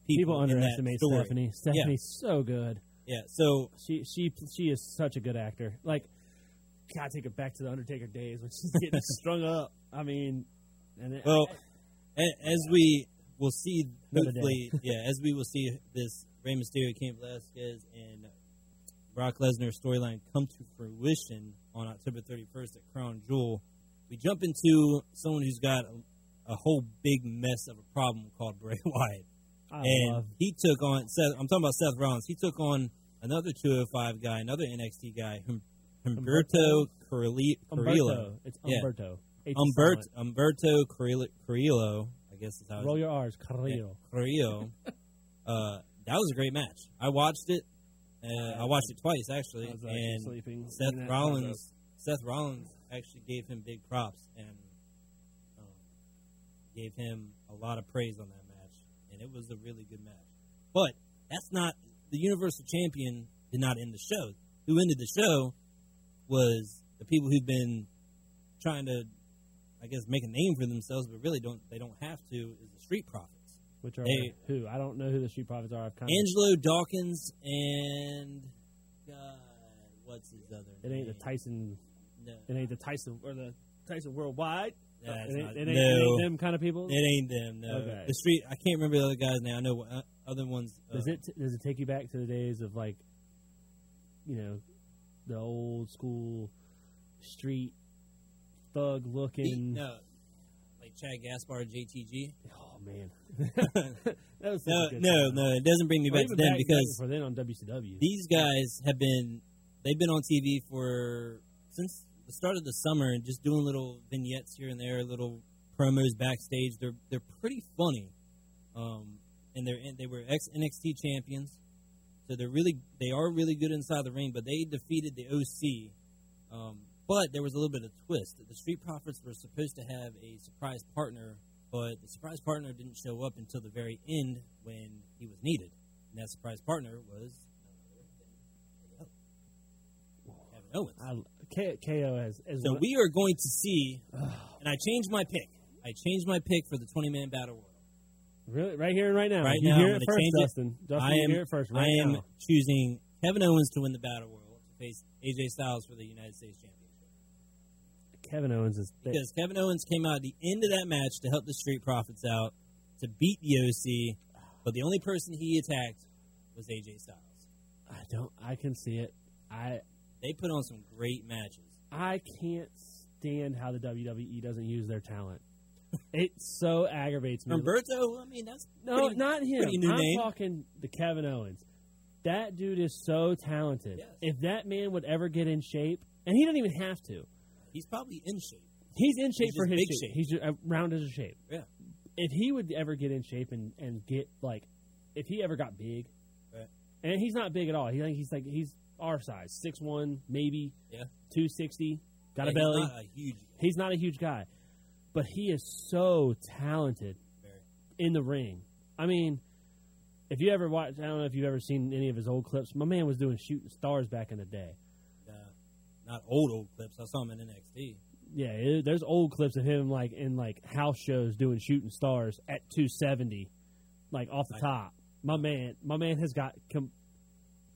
people,
people, in that
underestimate
story.
stephanie stephanie's so good
Yeah, so
she she she is such a good actor like god take it back to the undertaker days when she's
[laughs]
getting strung up i mean and it,
well, a- as we will see,
Another day.
hopefully, yeah, as we will see this Rey Mysterio, Cain Velasquez, and Brock Lesnar storyline come to fruition on October 31st at Crown Jewel, we jump into someone who's got a, a whole big mess of a problem called Bray [laughs] Wyatt
i
and
love
he took on Seth. I'm talking about Seth Rollins. He took on another 205 guy, another NXT guy, Hum- Humberto Carli- Carrillo.
umberto it's
Yeah.
umberto H is
Umberto,
silent.
Umberto Carrillo, Carrillo, I guess is how
roll
it's
your r's carrillo [laughs]
Carrillo. uh, that was a great match. I watched it. Uh, I watched it twice actually,
I was actually
and
sleeping.
Seth
when that comes
Rollins. Seth Rollins actually gave him big props and um, gave him a lot of praise on that match, and it was a really good match. But that's not the Universal Champion did not end the show. Who ended the show was the people who've been trying to, I guess, make a name for themselves, but really don't they don't have to is the Street Profits.
which are
They-
who? I don't know who the Street Profits are. I've kind of
Angelo Dawkins and God, what's his other?
it ain't the
name?
Tyson.
No,
It ain't the Tyson or the Tyson Worldwide.
Nah, it's
it ain't,
not-
it ain't, it
no.
ain't them kind of people.
It ain't them. No,
Okay.
the street. I can't remember the other guys now. I know what, uh, other ones. Uh,
Does it does it take you back to the days of like, you know, the old school street thug looking?
No, like Chad Gaspar, JTG.
Oh
[laughs]
man, that was such
No,
a good
no,
time.
no. It doesn't bring me
Or
back to
even
them
back-
because
back before then on WCW,
these guys have been they've been on TV for since the start of the summer and just doing little vignettes here and there, little promos backstage. They're they're pretty funny, um, and they're in, they were ex NXT champions, so they're really they are really good inside the ring. But they defeated the OC. Um, but there was a little bit of twist. The Street Profits were supposed to have a surprise partner, but the surprise partner didn't show up until the very end when he was needed. And that surprise partner was Kevin Owens.
I, K, KO has as
So
one-
we are going to see, and I changed my pick. I changed my pick for the 20 man battle royal.
really right here and right now.
Right
you
now,
hear
I'm
it
gonna
first,
change it.
Dustin. Dustin,
I
you
am-
hear it first. Right
I am
now.
choosing Kevin Owens to win the battle royal to face AJ Styles for the United States Championship.
Kevin Owens is. Thick.
Because Kevin Owens came out at the end of that match to help the Street Profits out to beat the OC, but the only person he attacked was AJ Styles.
I don't. I can see it. I
They put on some great matches.
I can't stand how the WWE doesn't use their
[laughs]
talent. It so aggravates me.
Humberto, I mean, that's
no,
pretty-
not him.
pretty new
I'm
name.
talking the Kevin Owens. That dude is so talented.
Yes.
If that man would ever get in shape, and he doesn't even have to,
he's probably in shape.
he's in shape
He's
for
just
his
big
shape.
shape.
He's just, uh, round as a shape.
Yeah.
If he would ever get in shape and and get like, if he ever got big,
Right.
and he's not big at all. He like he's like he's our size, six one, maybe
Yeah.
two sixty. Got
Yeah,
a
he's
belly.
not a huge.
He's not a huge guy, but he is so talented
Very.
in the ring. I mean, if you ever watch, I don't know if you've ever seen any of his old clips. My man was doing shooting stars back in the day.
Uh, not old old clips. I saw him in NXT.
Yeah, it, there's old clips of him like in like house shows doing shooting stars at 270, like off the
I-
top. My man, my man has got com-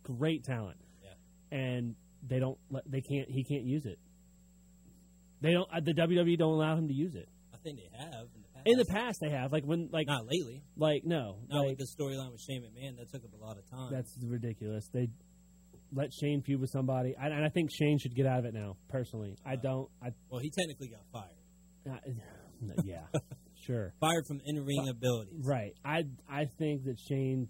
great talent. Yeah, and they don't, let- they can't, he can't use it. They don't. uh, The WWE don't allow him to use it.
I think they have in the past.
In the past, they have like when like
not lately.
Like no,
Not
like,
with the storyline with Shane McMahon. That took up a lot of time.
that's ridiculous. They let Shane feud with somebody, I, and I think Shane should get out of it now. Personally, I don't. I,
well, he technically got fired.
I [laughs] yeah, sure,
Fired from in ring abilities.
right. I I think that Shane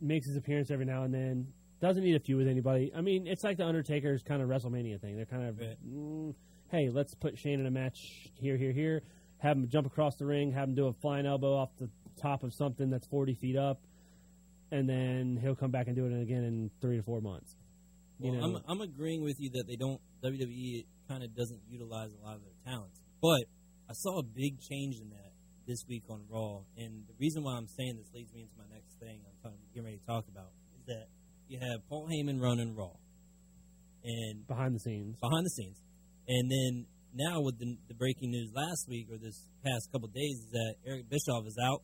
makes his appearance every now and then. Doesn't need a feud with anybody. I mean, it's like the Undertaker's kind of WrestleMania thing. They're kind of,
Right.
mm, hey, let's put Shane in a match here, here, here. Have him jump across the ring. Have him do a flying elbow off the top of something that's forty feet up, and then he'll come back and do it again in three to four months.
Well,
you know.
I'm, I'm agreeing with you that they don't WWE kind of doesn't utilize a lot of their talents. But I saw a big change in that this week on Raw, and the reason why I'm saying this leads me into my next thing I'm trying, getting ready to talk about is that you have Paul Heyman running Raw, and
behind the scenes.
behind the scenes. And then now with the, the breaking news last week or this past couple days is that Eric Bischoff is out,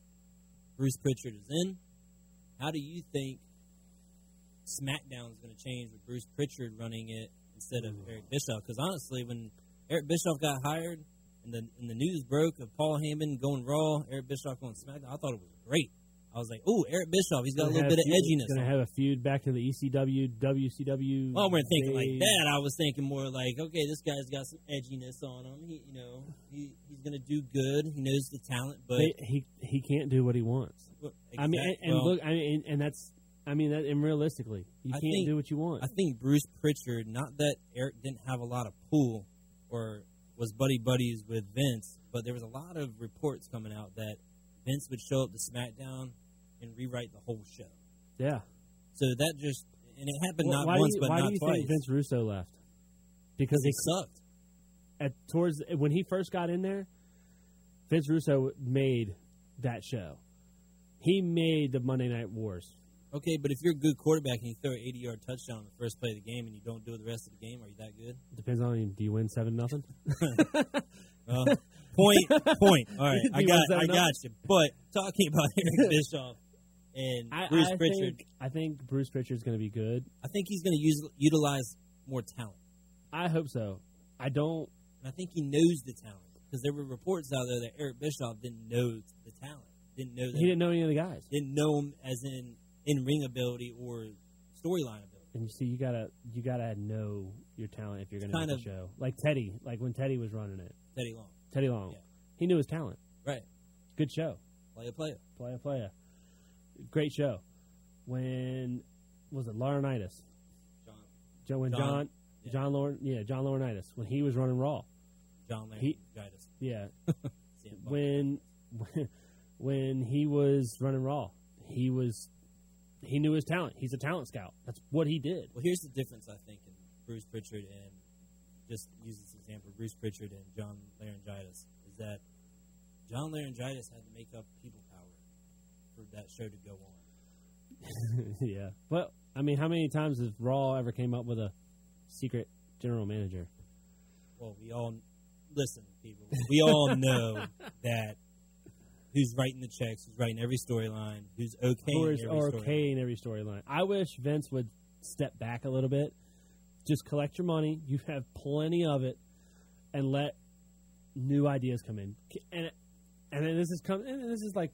Bruce Pritchard is in. How do you think SmackDown is going to change with Bruce Pritchard running it instead of Eric Bischoff? Because honestly, when Eric Bischoff got hired and the and the news broke of Paul Heyman going Raw, Eric Bischoff going SmackDown, I thought it was great. I was like, "Ooh, Eric Bischoff, he's got a little bit of edginess."
Going to have a feud back to the E ECW, WCW.
Well, I weren't thinking like
days.
that. I was thinking more like, okay, this guy's got some edginess on him. He, you know, he, he's gonna do good. He knows the talent, but
They- he he can't do what he wants. I mean, and,
Exact-
and
well,
look, I mean, and, and that's, I mean, that, and realistically, you
I
can't
think-
do what you want.
I think Bruce Pritchard. Not that Eric didn't have a lot of pull, or was buddy buddies with Vince, but there was a lot of reports coming out that Vince would show up to SmackDown and rewrite the whole show.
yeah.
So that just and it happened
Why-
not
why
once,
do you,
but
why
not
do you
twice.
think Vince Russo left? Because
because
he
it sucked.
at towards when he first got in there, Vince Russo made that show. He made the Monday Night Wars.
Okay, but if you're a good quarterback and you throw an 80 yard touchdown on the first play of the game and you don't do it the rest of the game, are you that good?
[laughs] Depends on do you win seven nothing.
Well, Uh, Point, point. All
[laughs]
right, I
Do you
got,
want
I
seven up?
got you. But talking about [laughs] Eric Bischoff and
I,
Bruce
I
Pritchard,
Think, I think Bruce Pritchard's going to be good.
I think he's going to use utilize more talent.
I hope so. I don't.
And I think he knows the talent because there were reports out there that Eric Bischoff didn't know the talent, didn't know that,
He didn't know any of the guys,
didn't know him as in in ring ability or storyline ability.
and you see, you gotta you gotta know your talent if you're going to
Kind
make the
of-
show. Like Teddy, like when Teddy was running it,
Teddy Long,
Teddy Long,
Yeah.
he knew his talent.
right?
Good show.
Play a player.
Playa Playa. Great show. When was it Laurinaitis?
John,
John when
John-
John John,
yeah.
Lauren yeah, John Laurinaitis when he was running Raw.
John Lane,
He-
Gitis,
Yeah.
Sam Bunk.
when [laughs] when he was running Raw, he was he knew his talent. He's a talent scout. That's what he did.
Well, here's the difference, I think, in Bruce Pritchard and just use this example, Bruce Pritchard and John Laryngitis, is that John Laryngitis had to make up people power for that show to go on.
[laughs] yeah. But I mean, how many times has Raw ever came up with a secret general manager?
Well, we all listen, people. We
[laughs]
all know that who's writing the checks, who's writing every storyline, who's okay
Or is
every
or
storyline.
okay in every storyline. I wish Vince would step back a little bit. Just collect your money. You have plenty of it, and let new ideas come in. And and then this is come. And this is like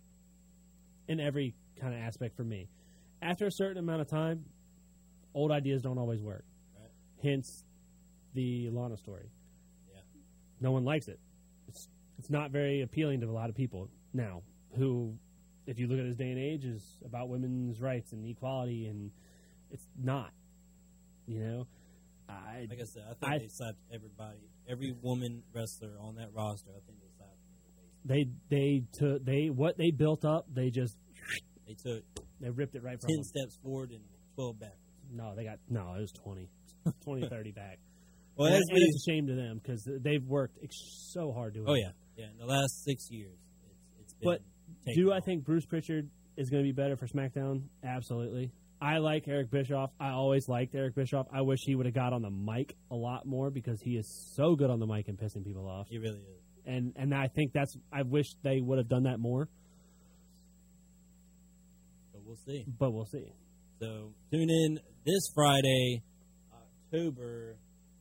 in every kind of aspect for me. After a certain amount of time, old ideas don't always work.
Right.
Hence the Lana story.
Yeah.
No one likes it. It's it's not very appealing to a lot of people now who if you look at this day and age, is about women's rights and equality, and it's not. You know, I
Like I said, I think
I-
they slapped everybody, every woman wrestler on that roster. I think they slapped them in the face.
they they took they what they built up, they just
They took
they ripped it right from
ten
them.
steps forward and twelve backwards.
No, they got no. It was 20,
[laughs]
20 30 back.
Well,
and,
as
and
we
it's a shame to them because they've worked ex- so hard doing.
Oh
it.
yeah, yeah. In the last six years, it's, it's been.
But
taken
Do I
off.
think Bruce Pritchard is going to be better for SmackDown? Absolutely. I like Eric Bischoff. I always liked Eric Bischoff. I wish he would have got on the mic a lot more because he is so good on the mic and pissing people off.
he really is?
And and I think that's I wish they would have done that more,
But we'll see.
but we'll see.
So tune in this Friday, October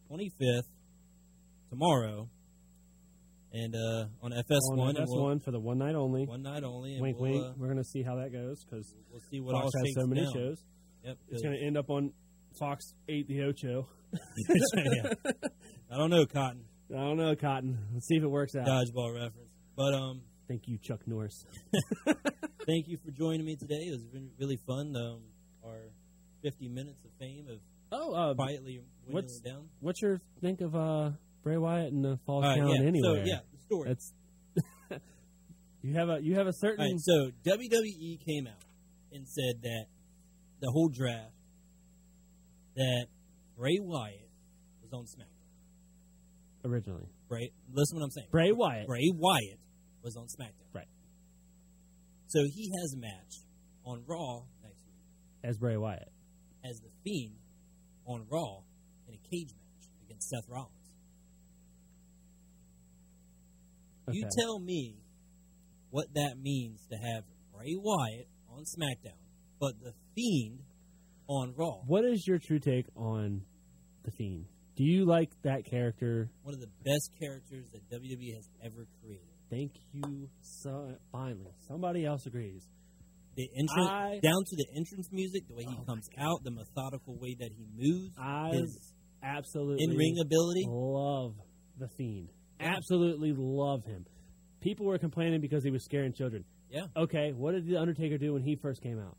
twenty fifth, tomorrow, and uh, on FS
On
one.
that's one for the one night only.
One night only. And
wink,
we'll,
wink.
uh,
We're gonna see how that goes because
we'll see what
Fox
all
has
shakes
so many
down.
shows.
Yep.
It's
'cause-
gonna end up on Fox Eight The Ocho.
[laughs] yeah. I don't know,
[laughs]
Cotton
I don't know, Cotton. Let's see if it works out.
dodgeball reference, but um.
Thank you, Chuck Norris.
thank you for joining me today. It was re- really fun. Um, our 50 minutes of fame of
Oh, uh,
quietly
what's-
winding down.
what's your think of uh, Bray Wyatt and the Falls
All right,
Count
yeah.
anywhere?
So yeah, the story.
that's [laughs] you have a you have a certain
All right, so WWE came out and said that the whole draft that Bray Wyatt was on SmackDown.
originally
Bray, listen what I'm saying.
Bray Wyatt.
Bray Wyatt was on SmackDown.
Right.
So he has a match on Raw next week.
as Bray Wyatt.
as the Fiend on Raw in a cage match against Seth Rollins. You
Okay.
tell me what that means to have Bray Wyatt on SmackDown, but the Fiend on Raw.
What is your true take on the Fiend? Do you like that character?
One of the best characters that WWE has ever created.
Thank you. So finally, somebody else agrees.
The entrance
I-
down to the entrance music, the way he
Oh my
comes out, the methodical way that he moves,
I
his
absolutely
in ring ability.
love the Fiend.
Yeah.
Absolutely love him. People were complaining because he was scaring children.
Yeah.
Okay, what did the Undertaker do when he first came out?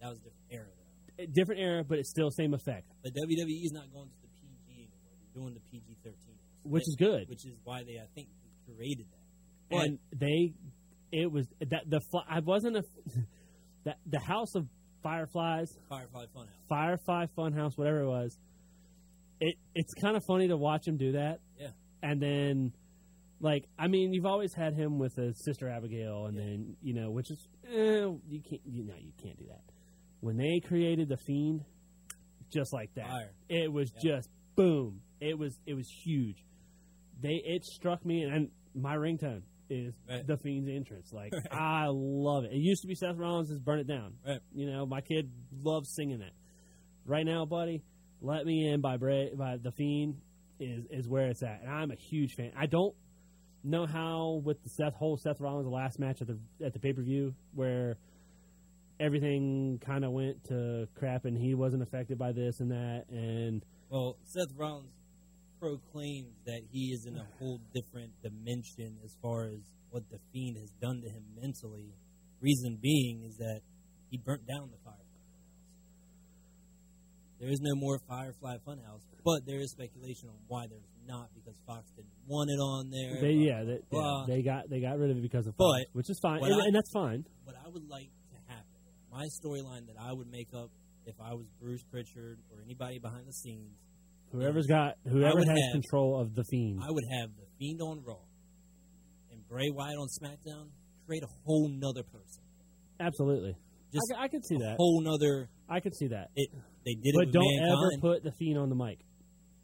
That was a different era. though.
A different era, but it's still same effect,
But WWE is not going to the PG anymore. They're doing the PG thirteen,
which is good.
which is why they I think created that. but-
and they, it was that the fly, I wasn't a [laughs] that the House of Fireflies,
Firefly Funhouse.
Firefly Funhouse, whatever it was. It it's kind of funny to watch him do that.
Yeah.
and then. Like I mean, you've always had him with a sister Abigail, and
Yeah.
then you know, which is eh, you can't, you know, you can't do that. When they created the fiend, just like that,
Fire.
It was
Yeah.
just boom. It was it was huge. They it struck me, and my ringtone is
Right.
the Fiend's
[laughs]
entrance. Like I love it. It used to be Seth Rollins' "Burn It Down."
Right.
You know, my kid loves singing that. Right now, buddy, "Let Me In" by Bra- by the Fiend is is where it's at, and I'm a huge fan. I don't know how with the Seth whole Seth Rollins last match at the at the pay per view where everything kind of went to crap and he wasn't affected by this and that and
Well, Seth Rollins proclaims that he is in
[sighs]
a whole different dimension as far as what the fiend has done to him mentally. Reason being is that he burnt down the Firefly Funhouse. There is no more Firefly Funhouse, but there is speculation on why there's not because Fox didn't want it on there.
they yeah they,
Well,
they got they got rid of it because of
but
Fox, which is fine
what
and,
I-
and that's fine
what I would like to happen, my storyline that I would make up if I was Bruce Pritchard or anybody behind the scenes,
whoever's got whoever
would
has
have-
control of the fiend
I would have the Fiend on Raw and Bray Wyatt on SmackDown create a whole nother person,
absolutely
Just
I, c- I could see
a
that
whole nother.
I could see that
It, they did it
but
with
don't
Mankind.
ever put the fiend on the mic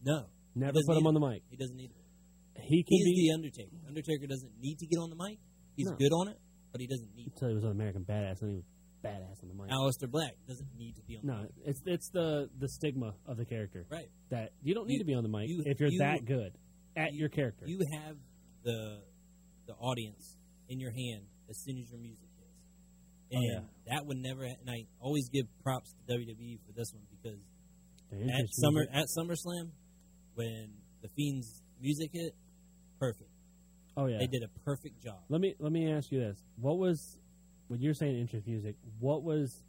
no,
never
doesn't
put him
need
on the mic
he doesn't need it.
he can
He's
be
the Undertaker. Undertaker doesn't need to get on the mic. He's
No.
good on it, but he doesn't need.
until he was an American badass and he was badass on the mic
It. Alistair Black doesn't need to be on. the
no
mic.
it's it's the the stigma of the character
right.
that you don't need
You-
to be on the mic
you-
if you're
you-
that good at your character.
You have the the audience in your hand as soon as your music hits.
Oh,
And that would never. And I always give props to WWE for this one because
They're
at
interesting.
summer at SummerSlam when the Fiend's music hit, perfect.
oh yeah.
They did a perfect job.
Let me let me ask you this: What was when you're saying entrance music? What was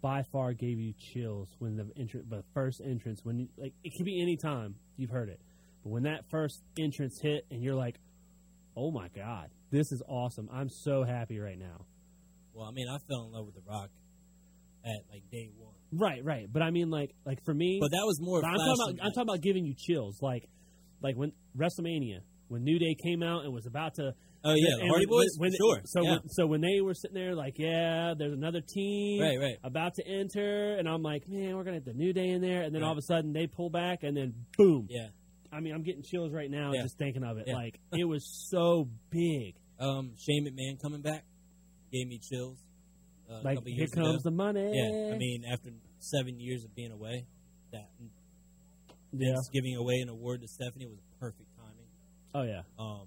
by far gave you chills when the entrance, the first entrance, when you, like it could be any time you've heard it, but when that first entrance hit and you're like, oh my god, this is awesome! I'm so happy right now.
Well, I mean, I fell in love with The Rock at like day one,
Right, right. But I mean, like like for me,
but that was more.
But I'm
Flash
talking about
than
I'm
Night.
talking about giving you chills, like like when WrestleMania, when New Day came out and was about to.
Oh yeah, the
and
Hardy
when-
Boys.
when-
sure.
So
yeah.
when, so when they were sitting there, like, yeah, there's another team
right, right.
about to enter, and I'm like, man, we're gonna have the New Day in there, and then all of a
Right.
sudden they pull back, and then boom.
Yeah.
I mean, I'm getting chills right now
Yeah.
just thinking of it.
Yeah.
Like it was so big.
Um, Shane McMahon coming back gave me chills. Uh, a
like
couple
here
years
comes
ago.
the money.
yeah, I mean, after seven years of being away, that
yeah.
Vince giving away an award to Stephanie was perfect timing.
Oh yeah.
Um,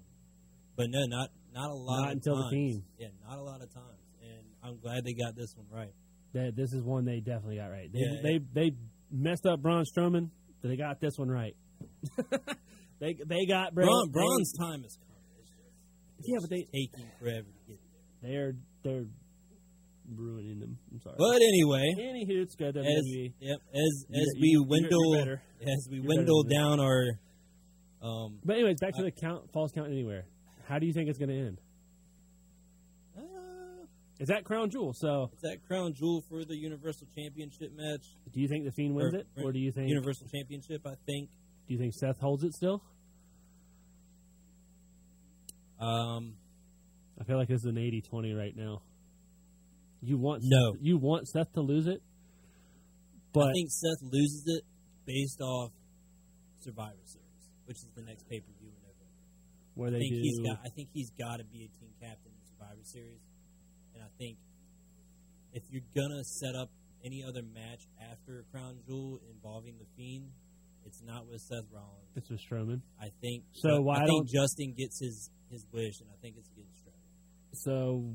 but no, not not a lot.
Not
of
until the
times.
Fiend.
Yeah, not a lot of times, and I'm glad they got this one right.
That this is one they definitely got right. They
Yeah,
they, they messed up Braun Strowman, but they got this one right. [laughs] they they got Bray.
Braun,
they-
Braun's time is coming. It's just- it's
Yeah, but they-
just taking forever to get there.
They're they're ruining them. I'm sorry.
But anyway,
anywho, it's good
as
WWE.
yep, as
You're-
as
you're-
we
you're-
dwindle
you're better.
as we
You're better
dwindle
than me.
down our um,
But anyways, back to the count false count anywhere. How do you think it's going to end?
uh,
Is that crown jewel? So
it's that crown jewel for the Universal Championship match.
do you think the Fiend wins
Or-
it, or do you think
Universal Championship? I think.
do you think Seth holds it still?
Um,
I feel like this is an 80-20 right now. You want
No.
Seth, you want Seth to lose it, but
I think Seth loses it based off Survivor Series, which is the next pay per view in November.
where
I
they
think
do
he's got. I think he's got to be a team captain in Survivor Series, and I think if you're gonna set up any other match after Crown Jewel involving the Fiend, it's not with Seth Rollins.
it's with Strowman.
I think.
So why
I think
don't-
Justin gets his his wish, and I think it's against Strowman.
So,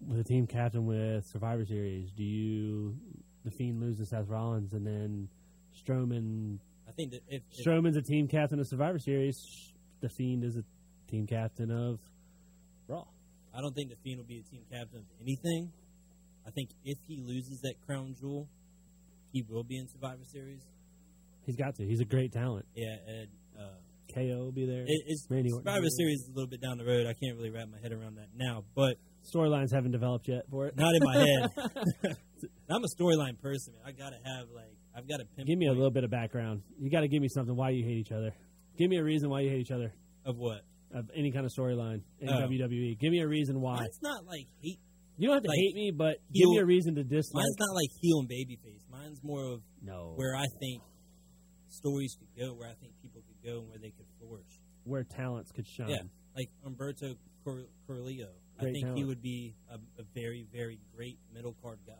with a team captain with Survivor Series, do you the Fiend loses Seth Rollins and then Strowman?
I think that if, if
Strowman's a team captain of Survivor Series. The Fiend is a team captain of Raw.
I don't think the Fiend will be a team captain of anything, I think if he loses that Crown Jewel, he will be in Survivor Series.
He's got to. He's a great talent.
Yeah, and. Uh,
KO will be there.
It, it's
Randy Orton.
Survivor Series is a little bit down the road. I can't really wrap my head around that now, but
Storylines haven't developed yet for it.
not in my head.
[laughs]
[laughs] I'm a storyline person. Man. I gotta have like I've got to pinpoint
Give me a little bit of background. You got to give me something why you hate each other. Give me a reason why you hate each other
of what.
of any kind of storyline in
Oh.
WWE. Give me a reason why.
Mine's not like hate.
You don't have to
Like,
hate me, but
you-
give me a reason to dislike.
Mine's not like heel and babyface. Mine's more of
no,
where I think stories could go, where I think people could go, and where they could flourish.
where talents could shine.
Yeah, like Umberto Cor- Corleo. I
Great
think he
talent.
would be a, a very, very great middle card guy.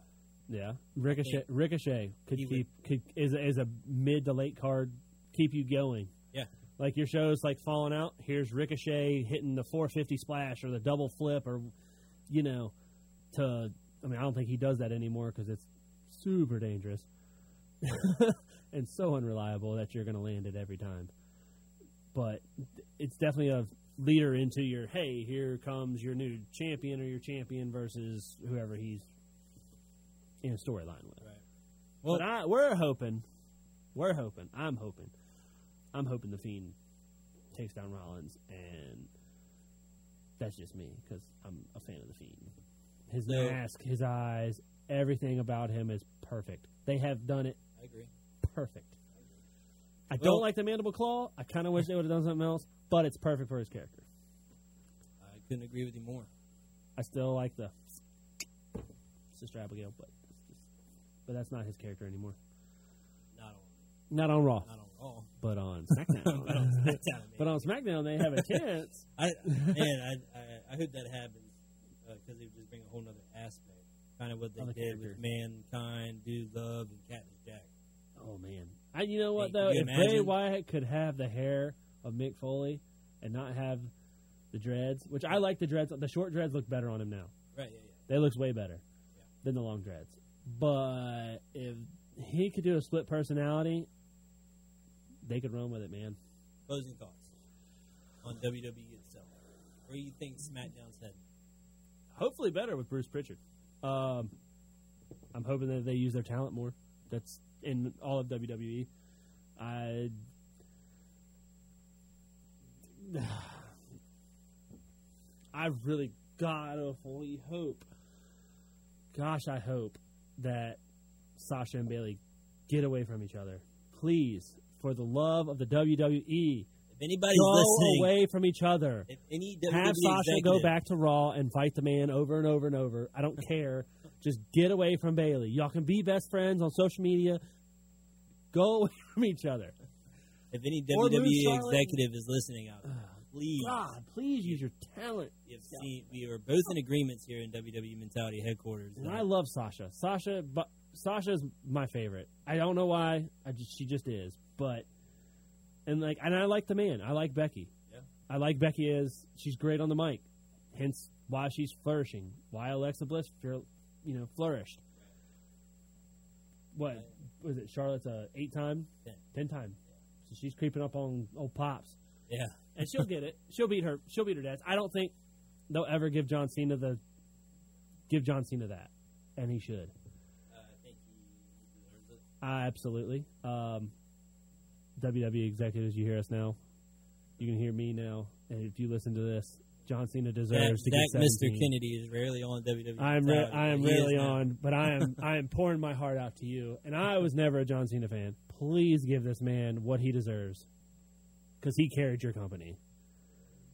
Yeah, Ricochet. Ricochet could
He
keep could, is a, is a mid to late card keep you going.
Yeah.
like your show's like falling out. Here's Ricochet hitting the 450 splash or the double flip or you know to. I mean, I don't think he does that anymore because it's super dangerous [laughs] and so unreliable that you're going to land it every time. But it's definitely a leader into your hey, here comes your new champion or your champion versus whoever he's in a storyline with.
Right.
Well, but I, we're hoping, we're hoping, I'm hoping, I'm hoping the Fiend takes down Rollins, and that's just me because I'm a fan of the Fiend. His
So-
mask, his eyes, everything about him is perfect. They have done it
I agree.
perfect. I
Well-
don't like the mandible claw. I kind of wish they would have done something else, but it's perfect for his character.
I couldn't agree with you more.
I still like the Sister Abigail, but it's just, but that's not his character anymore.
Not on,
Not on Raw,
not on
[laughs]
all.
but on SmackDown.
[laughs] But [laughs] on SmackDown, man.
But on SmackDown, they
[laughs]
have a chance.
I man, I, I I hope that happens because it would just bring a whole nother aspect, kind of what they
Other
did
character.
with mankind, dude, love, and Cactus Jack.
[laughs] oh man, I, you know what
Hey,
though?
can you
If Bray
imagine?
Wyatt could have the hair of Mick Foley and not have the dreads, which I like the dreads. The short dreads look better on him now.
Right? Yeah, yeah.
They looks way better
Yeah.
than the long dreads. But if he could do a split personality, they could run with it, man.
Closing thoughts on WWE itself. Where do you think SmackDown's heading?
Hopefully, better with Bruce Pritchard. Um, I'm hoping that they use their talent more. That's in all of WWE. I. [sighs] I really gotta fully hope. Gosh, I hope that Sasha and Bailey get away from each other. Please, for the love of the WWE,
If anybody's
go
listening,
away from each other
if any WWE
have Sasha go
executive-
back to Raw and fight the man over and over and over. I don't care. Just get away from Bailey. Y'all can be best friends on social media. Go away [laughs] from each other.
if any
Or lose
WWE
Charlotte.
executive is listening out there, please.
God, please use your talent.
we have seen- we are both in agreements here in WWE Mentality headquarters.
And I love Sasha. Sasha, but Sasha's my favorite. I don't know why. I just, she just is. But and like, and I like the man. I like Becky.
Yeah.
I like Becky is she's great on the mic. Hence why she's flourishing. Why Alexa Bliss, fur- you know, flourished.
Uh,
What was it? Charlotte's a eight time,
Ten.
ten time. So she's creeping up on old pops
yeah,
and she'll get it. She'll beat her. She'll beat her dad. I don't think they'll ever give John Cena the give John Cena that, and he should
uh, I think he deserves it.
absolutely. Um, WWE executives, you hear us now. You can hear me now. And if you listen to this, John Cena
That,
deserves to
that
get
Mr.
17.
Kennedy is rarely on WWE.
I'm re-
Mentality,
I am
but he is
really
now.
on, but I am I am pouring my heart out to you. And I was never a John Cena fan. Please give this man what he deserves, because he carried your company,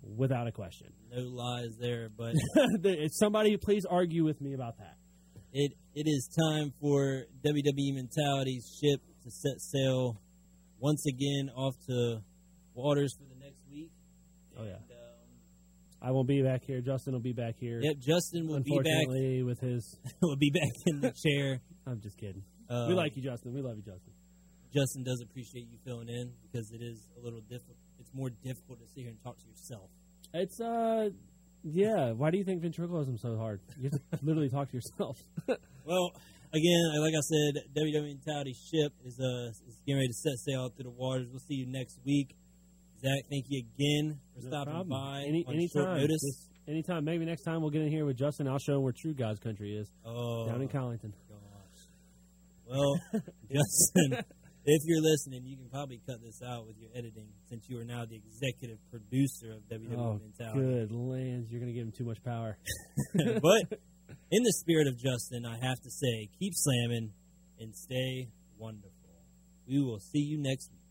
without a question. [laughs]
No lies there, but [laughs]
If somebody please argue with me about that.
it it is time for WWE Mentality's ship to set sail once again off to waters for the next week.
Oh, yeah.
And, um,
I won't be back here. Justin will be back here.
yep, Justin will be back.
unfortunately, with his.
[laughs]
[laughs]
will be back in the chair.
I'm just kidding.
Uh,
we like you, Justin. We love you, Justin.
Justin does appreciate you filling in because it is a little difficult. It's more difficult to sit here and talk to yourself.
It's uh, yeah. Why do you think ventriloquism so hard? You have
[laughs]
to literally talk to yourself.
Well, again, uh, like I said, WWE Mentality Ship is uh is getting ready to set sail through the waters. We'll see you next week. Zach, thank you again for
No
stopping
problem.
by
Any-
on short
anytime.
notice.
Just anytime. Maybe next time we'll get in here with Justin. I'll show him where True God's country is
oh,
down in Collington.
gosh.
[laughs]
Well, Justin, if you're listening, you can probably cut this out with your editing since you are now the executive producer of WWE
Oh,
Mentality.
good lands! You're gonna give him too much power.
but in the spirit of Justin, I have to say, keep slamming and stay wonderful. We will see you next week.